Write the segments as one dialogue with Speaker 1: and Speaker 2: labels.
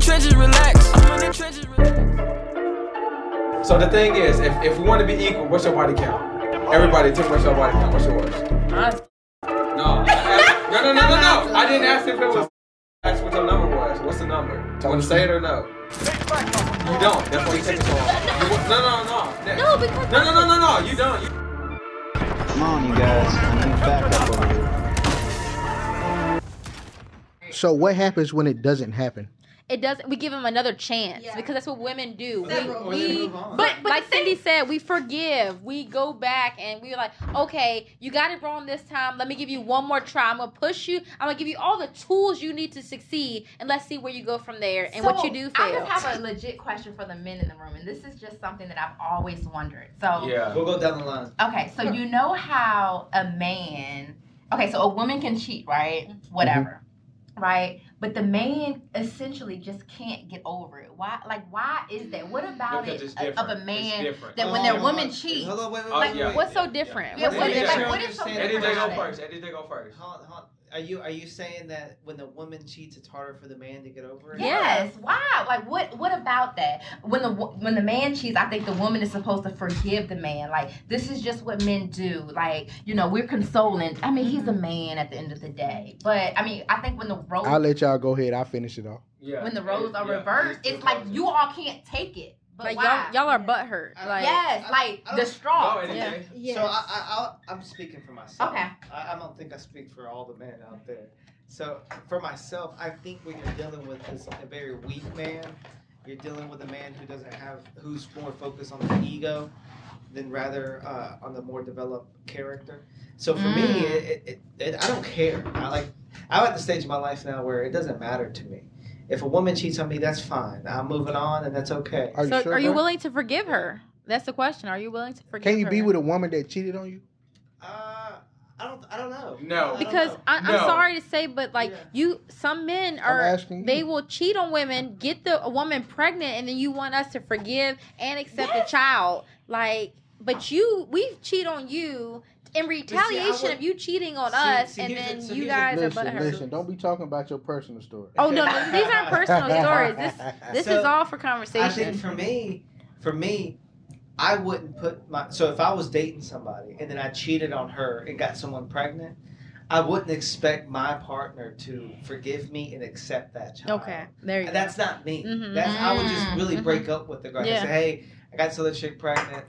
Speaker 1: trenches, relax. I'm in the trenches, relax.
Speaker 2: So the thing is, if, if we want to be equal, what's your body count? Everybody, tell me what's your body count. What's yours?
Speaker 3: Mine's-
Speaker 2: No, I asked- no, no, no, no, no. I didn't ask if it was. I asked what your number was. What's the number? Do you want to say it or no? You don't. That's why you take it so long. You wa- No, no, no. Next.
Speaker 3: No, because
Speaker 2: No, no, no, no, no. You don't. You-
Speaker 4: Come on, you guys. I need backup over here.
Speaker 5: So what happens when it doesn't happen?
Speaker 3: it doesn't. We give him another chance
Speaker 6: Yeah.
Speaker 3: because that's what women do.
Speaker 6: Several.
Speaker 3: We, we-
Speaker 6: But- but
Speaker 3: like
Speaker 6: the thing-
Speaker 3: Cindy said, we forgive. We go back and we're like, okay, you got it wrong this time. Let me give you one more try. I'm gonna push you. I'm gonna give you all the tools you need to succeed, and let's see where you go from there and what
Speaker 7: So,
Speaker 3: you do
Speaker 7: I
Speaker 3: fail.
Speaker 7: just have a legit question for the men in the room, and this is just something that I've always wondered. So,
Speaker 2: Yeah.
Speaker 4: We'll go down the line.
Speaker 7: okay, so you know how a man, okay, so a woman can cheat, right?
Speaker 3: Mm-hmm.
Speaker 7: Whatever, right? But the man essentially just can't get over it. Why? Like, why is that? What about
Speaker 2: Because it's
Speaker 7: it uh, of
Speaker 2: different.
Speaker 7: a man
Speaker 2: It's different.
Speaker 7: that when their
Speaker 4: Oh,
Speaker 7: woman
Speaker 4: oh,
Speaker 7: cheats?
Speaker 4: Hold on, wait, wait,
Speaker 2: Oh,
Speaker 4: wait,
Speaker 2: yeah.
Speaker 4: wait.
Speaker 3: What's so different?
Speaker 7: Yeah, what
Speaker 2: Yeah.
Speaker 7: is, like, what is so
Speaker 4: Understand.
Speaker 2: Eddie,
Speaker 7: different
Speaker 2: they go
Speaker 7: about it?
Speaker 2: first. Eddie, they go first.
Speaker 4: Hold on, hold on. Are you are you saying that when the woman cheats, it's harder for the man to get over it?
Speaker 3: Yeah.
Speaker 7: Yes. Why? Like, what? What about that? When the wo- when the man cheats, I think the woman is supposed to forgive the man. Like, this is just what men do. Like, you know, we're consoling. I mean, he's a man at the end of the day. But I mean, I think when the
Speaker 3: Oh.
Speaker 7: roles
Speaker 5: I'll let y'all go ahead. I'll finish it off.
Speaker 2: Yeah.
Speaker 7: when the roles are
Speaker 2: Yeah.
Speaker 7: reversed, it's like you all can't take it. But
Speaker 3: Like
Speaker 7: why?
Speaker 3: y'all, y'all are butthurt.
Speaker 4: I-
Speaker 3: Like,
Speaker 7: yes, like
Speaker 4: I don't-
Speaker 2: Go,
Speaker 7: distraught.
Speaker 2: Eddie,
Speaker 3: Yeah.
Speaker 2: Jay.
Speaker 6: Yes.
Speaker 4: So I, I I'll, I'm speaking for myself.
Speaker 7: Okay.
Speaker 4: I, I don't think I speak for all the men out there. So for myself, I think when you're dealing with this, a very weak man, you're dealing with a man who doesn't have who's more focused on the ego than rather uh, on the more developed character. So for me,
Speaker 7: Mm.
Speaker 4: it, it, it, it, I don't care. I like I'm at the stage of my life now where it doesn't matter to me. If a woman cheats on me, that's fine. I'm moving on, and that's okay.
Speaker 5: Are you
Speaker 3: so
Speaker 5: sure?
Speaker 3: are you
Speaker 5: bro?
Speaker 3: willing to forgive her? That's the question. Are you willing to forgive?
Speaker 5: Can you be
Speaker 3: her?
Speaker 5: with a woman that cheated on you?
Speaker 4: Uh, I don't. I don't know.
Speaker 2: No.
Speaker 4: I don't
Speaker 3: because
Speaker 4: know.
Speaker 3: I, I'm
Speaker 2: No.
Speaker 3: sorry to say, but like
Speaker 4: Yeah.
Speaker 3: you, some men
Speaker 5: I'm
Speaker 3: are
Speaker 5: asking you.
Speaker 3: they will cheat on women, get the a woman pregnant, and then you want us to forgive and accept the child. Like, but you, we cheat on you in retaliation
Speaker 4: would-
Speaker 3: of you cheating on
Speaker 4: See-
Speaker 3: us,
Speaker 4: see,
Speaker 3: and
Speaker 4: here's the-
Speaker 3: then
Speaker 4: so
Speaker 3: you
Speaker 4: here's the-
Speaker 3: guys are
Speaker 5: Listen,
Speaker 3: butthurt.
Speaker 5: listen. Don't be talking about your personal story.
Speaker 3: Oh no, no, these aren't personal stories. This this
Speaker 4: So,
Speaker 3: is all for
Speaker 4: I think
Speaker 3: conversation.
Speaker 4: for me, for me, I wouldn't put my. So if I was dating somebody and then I cheated on her and got someone pregnant, I wouldn't expect my partner to forgive me and accept that child.
Speaker 3: Okay, there you go.
Speaker 4: That's not me.
Speaker 3: Mhm.
Speaker 4: That's I would just really
Speaker 7: Mhm.
Speaker 4: break up with the girl
Speaker 3: Yeah.
Speaker 4: and say, "Hey, I got this other chick pregnant.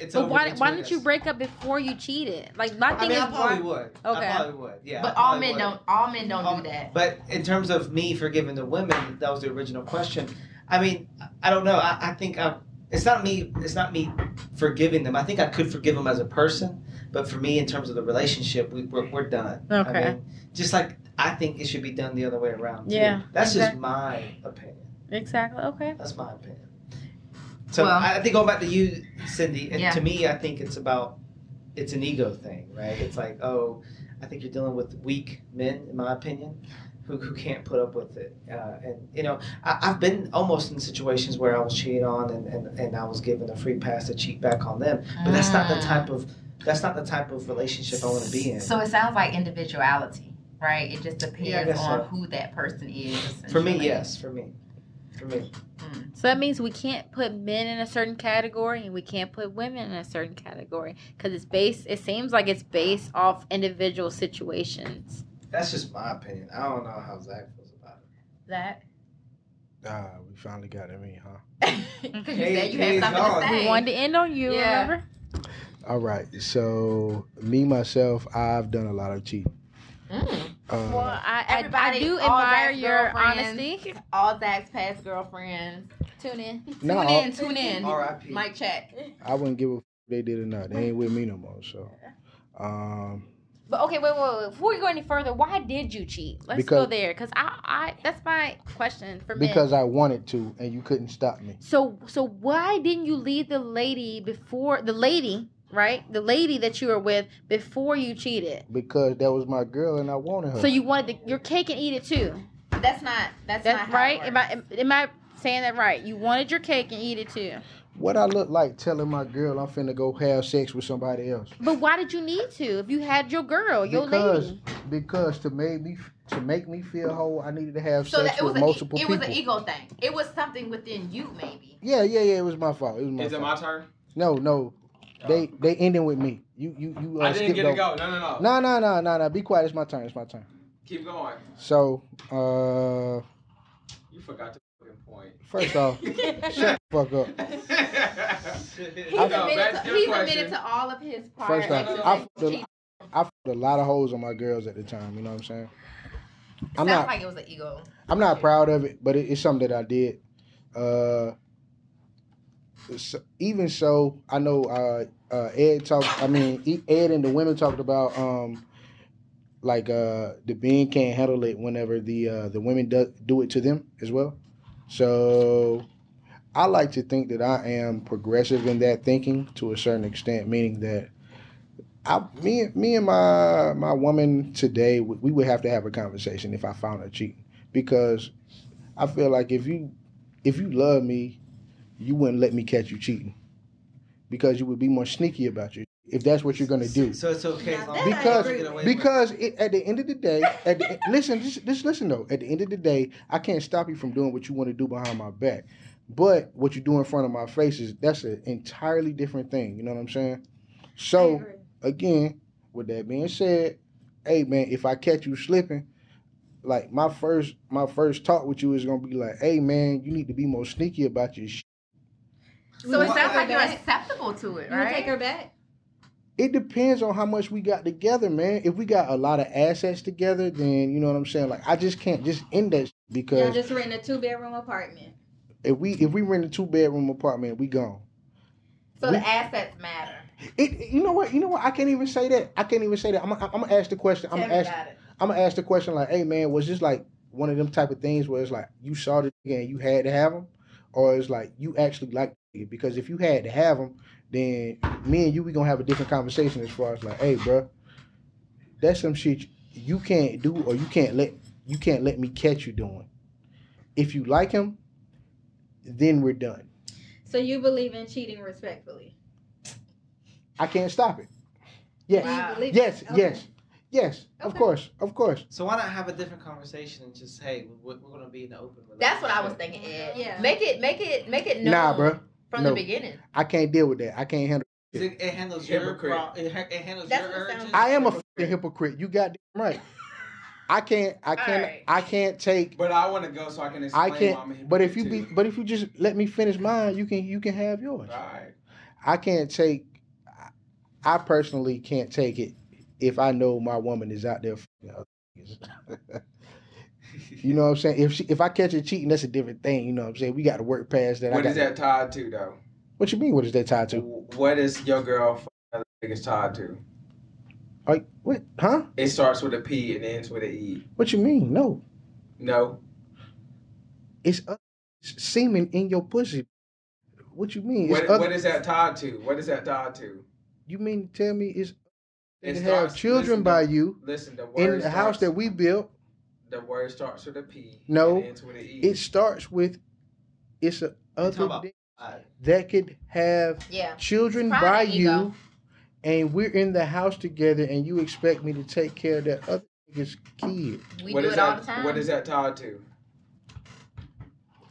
Speaker 4: It's
Speaker 3: but
Speaker 4: over
Speaker 3: why, why
Speaker 4: between
Speaker 3: didn't you
Speaker 4: us."
Speaker 3: break up before you cheated? Like my
Speaker 4: I
Speaker 3: thing
Speaker 4: mean, I
Speaker 3: is, why,
Speaker 4: probably would.
Speaker 3: Okay.
Speaker 4: I probably would. Yeah. I
Speaker 7: But all
Speaker 4: probably
Speaker 7: men
Speaker 4: would.
Speaker 7: don't. All men don't
Speaker 4: Um,
Speaker 7: do that.
Speaker 4: But in terms of me forgiving the women, that was the original question. I mean, I- I don't know. I, I think I. It's not me. It's not me forgiving them. I think I could forgive them as a person, but for me, in terms of the relationship, we, we're we're done. I
Speaker 3: Okay.
Speaker 4: mean, just like I think it should be done the other way around. too.
Speaker 3: Yeah,
Speaker 4: That's
Speaker 3: okay.
Speaker 4: just my opinion.
Speaker 3: exactly. Okay.
Speaker 4: That's my opinion. So
Speaker 7: Well-
Speaker 4: I I think going back to you, Cindy, and
Speaker 7: Yeah.
Speaker 4: to me, I think it's about it's an ego thing, right? It's like, oh, I think you're dealing with weak men, in my opinion, who, who can't put up with it. Uh, and you know, I, I've been almost in situations where I was cheated on, and, and, and I was given a free pass to cheat back on them. But that's not the
Speaker 7: Mm.
Speaker 4: type of that's not the type of relationship I want to be in.
Speaker 7: So it sounds like individuality, right? It just depends
Speaker 4: Yeah, I guess
Speaker 7: on
Speaker 4: so.
Speaker 7: who that person is.
Speaker 4: for me,
Speaker 7: essentially.
Speaker 4: yes, for me, for me.
Speaker 3: So that means we can't put men in a certain category and we can't put women in a certain category because it's based. It seems like it's based off individual situations.
Speaker 4: That's just my opinion. I don't know how Zach feels about it.
Speaker 7: That.
Speaker 5: Ah, we finally got him in, huh?
Speaker 7: Because you said you had
Speaker 4: He's
Speaker 7: something
Speaker 4: gone.
Speaker 7: to
Speaker 3: Mm-hmm. We
Speaker 7: say.
Speaker 3: wanted to end on you,
Speaker 7: Yeah.
Speaker 3: remember?
Speaker 5: All right. So me myself, I've done a lot of cheating.
Speaker 7: Mm.
Speaker 5: Uh,
Speaker 3: Well, I I, I
Speaker 7: Everybody,
Speaker 3: do
Speaker 7: all
Speaker 3: admire
Speaker 7: Zach's
Speaker 3: your
Speaker 7: girlfriends.
Speaker 3: honesty.
Speaker 7: All Zach's past girlfriends.
Speaker 3: Tune in.
Speaker 5: no,
Speaker 7: tune
Speaker 5: I,
Speaker 7: in, tune in.
Speaker 4: R.I.P.
Speaker 7: Mic check.
Speaker 5: I wouldn't give a f- if they did or not. They ain't with me no more. So, um,
Speaker 3: But okay, wait, wait, wait. Before we go any further, why did you cheat? Let's go
Speaker 5: Because-
Speaker 3: there because I, I that's my question for men.
Speaker 5: because I wanted to, and you couldn't stop me.
Speaker 3: So so why didn't you leave the lady before the lady, right? The lady that you were with before you cheated.
Speaker 5: because that was my girl and I wanted her.
Speaker 3: So you wanted the, your cake and eat it too.
Speaker 7: That's not. That's,
Speaker 3: That's
Speaker 7: not
Speaker 3: right.
Speaker 7: How it
Speaker 3: Am
Speaker 7: works.
Speaker 3: I am, am I saying that right? You wanted your cake and eat it too.
Speaker 5: What I look like telling my girl I'm finna go have sex with somebody else?
Speaker 3: But why did you need to? If you had your
Speaker 7: Oh,
Speaker 3: girl, your
Speaker 5: because
Speaker 3: lady.
Speaker 5: because to make me to make me feel whole, I needed to have
Speaker 7: So
Speaker 5: sex
Speaker 7: that it was
Speaker 5: with
Speaker 7: a, e,
Speaker 5: multiple
Speaker 7: it was
Speaker 5: people.
Speaker 7: an ego thing. It was something within you, maybe.
Speaker 5: yeah, yeah, yeah. It was my fault. It was my
Speaker 2: Is it my
Speaker 5: fault.
Speaker 2: turn?
Speaker 5: no, no. They they ending with me. You you you. Uh,
Speaker 2: I didn't
Speaker 5: skipped
Speaker 2: get to
Speaker 5: over.
Speaker 2: go. No, no, no.
Speaker 5: No, no, no, no, no. Be quiet. It's my turn. It's my turn.
Speaker 2: Keep going.
Speaker 5: So, uh,
Speaker 2: You forgot the fucking point.
Speaker 5: first off, shut the fuck up.
Speaker 7: He's,
Speaker 5: No,
Speaker 7: admitted,
Speaker 2: back
Speaker 7: to,
Speaker 2: to your
Speaker 7: he's
Speaker 2: question.
Speaker 7: admitted to all of his prior
Speaker 5: First off,
Speaker 7: exes.
Speaker 5: I fucked, a, I fucked a lot of holes on my girls at the time. You know what I'm saying? I'm
Speaker 7: Sounds
Speaker 5: not.
Speaker 7: like it was an ego.
Speaker 5: I'm not proud of it, but it, it's something that I did. Uh, so, even so, I know uh, uh, Ed talked. I mean, E- Ed and the women talked about um, like uh, the men can't handle it whenever the uh, the women do, do it to them as well. So I like to think that I am progressive in that thinking to a certain extent, meaning that. I, me, me and my my woman today, we we would have to have a conversation if I found her cheating because I feel like if you if you love me, you wouldn't let me catch you cheating because you would be more sneaky about you if that's what you're gonna do.
Speaker 4: So it's okay as long as
Speaker 5: Because
Speaker 4: you get away with it.
Speaker 5: because it, at the end of the day, at the, listen, just, just listen though. At the end of the day, I can't stop you from doing what you want to do behind my back, but what you do in front of my face is that's an entirely different thing. You know what I'm saying? So again, with that being said, hey man, if I catch you slipping, like my first my first talk with you is gonna be like, hey man, you need to be more sneaky about your shit.
Speaker 7: So it
Speaker 6: Why-
Speaker 7: sounds like you're
Speaker 6: Back.
Speaker 7: acceptable to it,
Speaker 6: You gonna take
Speaker 7: right?
Speaker 6: her back?
Speaker 5: It depends on how much we got together, man. If we got a lot of assets together, then you know what I'm saying. Like I just can't just end that shit
Speaker 6: Y'all
Speaker 5: because
Speaker 6: just renting a two bedroom apartment.
Speaker 5: if we if we rent a two bedroom apartment, we gone.
Speaker 7: So the assets matter.
Speaker 5: It you know what you know what I can't even say that I can't even say that. I'm I'm gonna ask the question. I'm
Speaker 7: Tell
Speaker 5: gonna
Speaker 7: me
Speaker 5: ask
Speaker 7: about it.
Speaker 5: I'm gonna ask the question like, hey man, was this like one of them type of things where it's like you saw the nigga and you had to have him, or it's like you actually like it? Because if you had to have him, then me and you we gonna have a different conversation as far as like, hey bro, that's some shit you can't do or you can't let you can't let me catch you doing. If you like him, then we're done.
Speaker 6: So you believe in cheating respectfully?
Speaker 5: I can't stop it. Yes,
Speaker 6: Do you
Speaker 7: Wow.
Speaker 6: believe
Speaker 5: yes,
Speaker 6: it? Okay.
Speaker 5: yes, yes. Of
Speaker 6: Okay.
Speaker 5: course, of course.
Speaker 4: So why not have a different conversation and just hey, we're, we're gonna be in the open. Relationship.
Speaker 7: That's what I was thinking. Ed.
Speaker 6: Yeah.
Speaker 7: Make it, make it, make it known
Speaker 5: Nah, bro,
Speaker 7: from
Speaker 5: no.
Speaker 7: the beginning.
Speaker 5: I can't deal with that. I can't handle.
Speaker 4: It, it handles your
Speaker 2: Hypocrite.
Speaker 4: pro- it, ha- it handles
Speaker 6: That's
Speaker 4: your
Speaker 6: what it sounds
Speaker 4: urges.
Speaker 6: like.
Speaker 5: I am a fucking hypocrite. You got damn right. I can't. I can't.
Speaker 7: Alright.
Speaker 5: I can't take.
Speaker 2: But I want to go so I can
Speaker 5: I
Speaker 2: explain. why I'm a
Speaker 5: can't. But if you be.
Speaker 2: hypocrite,
Speaker 5: But if you just let me finish mine, you can. You can have yours.
Speaker 2: too. Alright.
Speaker 5: I can't take. I- I personally can't take it if I know my woman is out there. fucking other niggas. you know what I'm saying? If she, if I catch her cheating, that's a different thing. You know what I'm saying? We got to work past that. I
Speaker 2: What is
Speaker 5: gotta-
Speaker 2: that tied to though?
Speaker 5: What you mean? What is that tied to?
Speaker 2: What is your girl f- other niggas tied to?
Speaker 5: Like what? Huh?
Speaker 2: It starts with a P and ends with an E.
Speaker 5: What you mean? No,
Speaker 2: No.
Speaker 5: it's uh, semen in your pussy. What you mean? It's
Speaker 2: What,
Speaker 5: other-
Speaker 2: what is that tied to? What is that tied to?
Speaker 5: You mean to tell me it's they
Speaker 2: It
Speaker 5: can
Speaker 2: starts-
Speaker 5: have children
Speaker 2: listen,
Speaker 5: by
Speaker 2: the-
Speaker 5: you
Speaker 2: Listen, the word
Speaker 5: in the
Speaker 2: starts,
Speaker 5: house that we built?
Speaker 2: the word starts with a P.
Speaker 5: No,
Speaker 2: and ends with an E.
Speaker 5: It starts with it's a
Speaker 4: talking
Speaker 5: other
Speaker 4: about-
Speaker 5: dick
Speaker 4: Uh,
Speaker 5: that could have
Speaker 7: Yeah.
Speaker 5: children
Speaker 7: Pride
Speaker 5: by
Speaker 7: and
Speaker 5: you,
Speaker 7: ego.
Speaker 5: and we're in the house together, and you expect me to take care of that other nigga's kid?
Speaker 7: We
Speaker 2: What
Speaker 7: do
Speaker 2: is
Speaker 7: it
Speaker 2: that,
Speaker 7: all the time.
Speaker 2: What is that tied to?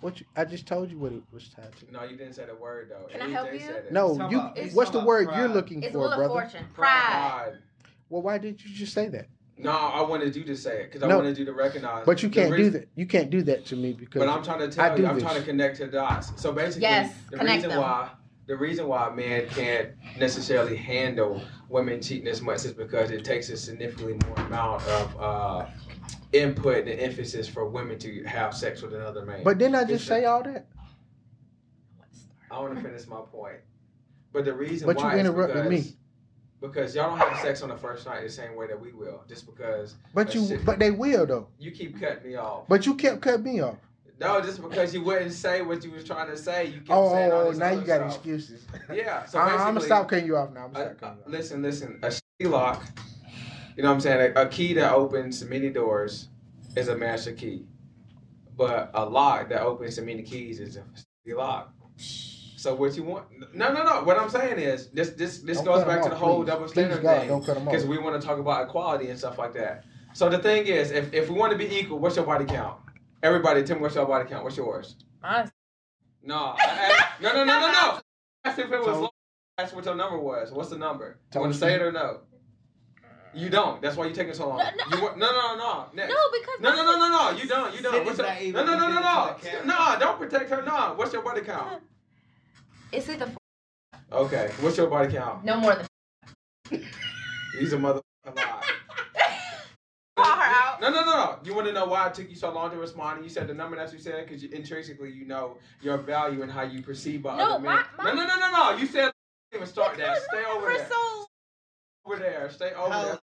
Speaker 5: What you, I just told you what it was tied to.
Speaker 2: No, you didn't say the word though.
Speaker 7: Can I help
Speaker 2: AJ
Speaker 7: you?
Speaker 2: said it.
Speaker 4: It's
Speaker 5: No,
Speaker 4: talking
Speaker 5: you.
Speaker 4: about- it's
Speaker 5: what's the
Speaker 4: talking
Speaker 5: word
Speaker 4: about
Speaker 5: you're
Speaker 4: pride.
Speaker 5: looking
Speaker 7: It's
Speaker 5: for,
Speaker 7: Wheel
Speaker 5: brother?
Speaker 7: of Fortune. Pride.
Speaker 2: Pride.
Speaker 5: Well, why did you just say that?
Speaker 2: No, I wanted you to say it because I
Speaker 5: No.
Speaker 2: wanted you to recognize.
Speaker 5: But you
Speaker 2: the
Speaker 5: can't
Speaker 2: reason-
Speaker 5: do that. You can't do that to me because.
Speaker 2: But I'm trying to tell
Speaker 5: I
Speaker 2: you,
Speaker 5: do
Speaker 2: I'm
Speaker 5: this.
Speaker 2: trying to connect to dots. So basically,
Speaker 7: Yes,
Speaker 2: the
Speaker 7: connect
Speaker 2: reason
Speaker 7: them.
Speaker 2: why the reason why a man can't necessarily handle women cheating as much is because it takes a significantly more amount of uh, input and emphasis for women to have sex with another man.
Speaker 5: but didn't I just say all that?
Speaker 2: I want to finish my point. But the reason
Speaker 5: But you
Speaker 2: why is
Speaker 5: interrupted
Speaker 2: because,
Speaker 5: me.
Speaker 2: because y'all don't have sex on the first night the same way that we will, just because
Speaker 5: But you.
Speaker 2: Listen.
Speaker 5: But they will though.
Speaker 2: you keep cutting me off.
Speaker 5: But you kept cutting me off.
Speaker 2: No, just because you wouldn't say what you was trying to say, you kept saying all
Speaker 5: Oh,
Speaker 2: this
Speaker 5: now
Speaker 2: other
Speaker 5: you got
Speaker 2: stuff.
Speaker 5: excuses.
Speaker 2: Yeah, so
Speaker 5: I, am gonna
Speaker 2: basically-
Speaker 5: stop cutting you off now. I'm
Speaker 2: A-
Speaker 5: gonna stop cutting
Speaker 2: a-
Speaker 5: you off.
Speaker 2: listen, listen. A key lock, you know what I'm saying? A, a key that opens many doors is a master key. But a lock that opens to many keys is a shitty lock. So what you want? No, no, no. What I'm saying is this. This this
Speaker 5: Don't
Speaker 2: goes
Speaker 5: cut 'em
Speaker 2: back to
Speaker 5: off,
Speaker 2: the whole
Speaker 5: please.
Speaker 2: double
Speaker 5: Please,
Speaker 2: standard
Speaker 5: God,
Speaker 2: thing
Speaker 5: Don't cut them
Speaker 2: because
Speaker 5: off.
Speaker 2: we want to talk about equality and stuff like that. So the thing is, if if we want to be equal, what's your body count? Everybody, tell me what's your body count. What's yours?
Speaker 7: Mine's-
Speaker 2: No, I asked, no, no, no, no, no. I asked if it was.
Speaker 5: Tony.
Speaker 2: low. I asked what your number was. What's the number? You want
Speaker 5: Tony.
Speaker 2: to say it or no? You don't. That's why you're taking so long.
Speaker 3: No, no.
Speaker 2: You want, no, no, no. Next.
Speaker 3: No, because
Speaker 2: No, no, no, no, no. You don't. You don't.
Speaker 4: Cindy's
Speaker 2: What's your,
Speaker 4: not even
Speaker 2: no, no, no, no, no.
Speaker 4: looking into the
Speaker 2: No, don't protect her. No. What's your body count?
Speaker 7: It's either
Speaker 2: Okay. What's your body count?
Speaker 7: no more than
Speaker 2: He's a motherfucking lie.
Speaker 7: Call her out.
Speaker 2: No, no, no, no. You want to know why it took you so long to respond? And you said the number that you said because you, intrinsically you know your value and how you perceive by
Speaker 3: No,
Speaker 2: other men.
Speaker 3: my- my-
Speaker 2: no, no, no, no, no. You said don't even start that.
Speaker 3: Because
Speaker 2: Stay
Speaker 3: my
Speaker 2: over
Speaker 3: number's
Speaker 2: there.
Speaker 3: so-
Speaker 2: over there. Stay over
Speaker 4: How-
Speaker 2: there.